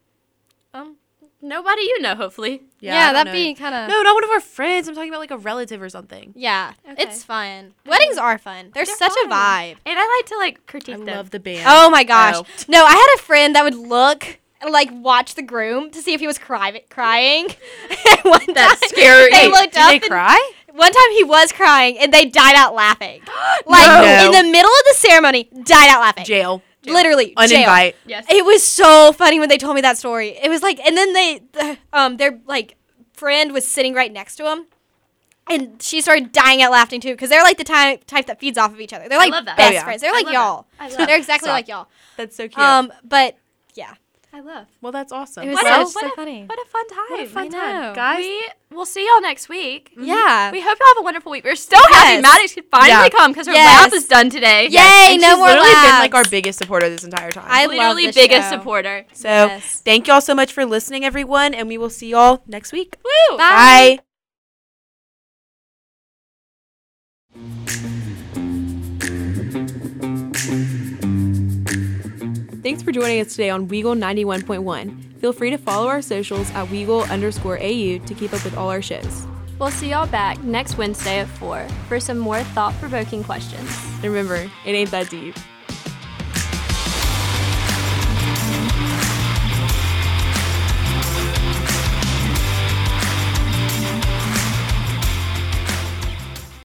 C: Um,
B: Nobody you know, hopefully.
C: yeah,
A: I don't know.
C: that'd be kind of.
A: No, not one of our friends. I'm talking about like a relative or something.
C: Yeah,
B: Okay.
C: it's fun. Weddings are fun. They're,
B: They're
C: such a
B: fun.
C: vibe.
B: And I like to like
A: I
B: critique them.
A: love the band.
C: Oh my gosh.
A: Oh.
C: No, I had a friend that would look like watch the groom to see if he was cry- crying. And one
E: That's
C: time
E: scary.
C: They looked
A: Did
C: up
A: they
C: and-
A: cry?
C: One time he was crying and they died out laughing. Like
A: No.
C: in the middle of the ceremony, died out laughing.
A: Jail.
C: Literally, jail.
A: Uninvite.
B: yes.
C: It was so funny when they told me that story. It was like, and then they, the, um, their like friend was sitting right next to him, and she started dying out laughing too because they're like the type type that feeds off of each other. They're like
B: love that.
C: best
A: Oh, yeah.
C: friends. They're
B: I
C: like
B: love
C: y'all.
B: that. I love
C: They're exactly
A: Stop.
C: like y'all.
A: That's so cute.
C: Um, but
B: I love.
A: well, that's awesome.
C: it was
B: What
C: so,
B: a-
C: so
B: what a-
C: funny.
B: What a fun time.
A: What a fun
C: I know.
A: time, guys.
B: We will see y'all next week.
C: Mm-hmm. yeah.
E: We hope y'all have a wonderful week. We're so happy
C: Yes.
E: Maddox could finally
A: Yeah.
E: come because her
C: Yes.
E: lab is done today.
C: Yay! no
A: she's
C: more
A: literally been like
C: laughs.
A: our biggest supporter this entire time.
C: I love
B: Literally
C: this
B: biggest
C: show.
B: supporter.
A: so
C: Yes.
A: thank y'all so much for listening, everyone, and we will see y'all next week.
B: Woo!
C: Bye.
A: Bye. Thanks for joining us today on Weagle 91.1. Feel free to follow our socials at Weagle underscore AU to keep up with all our shows.
E: We'll see y'all back next Wednesday at 4 for some more thought provoking questions.
A: And remember, it ain't that deep.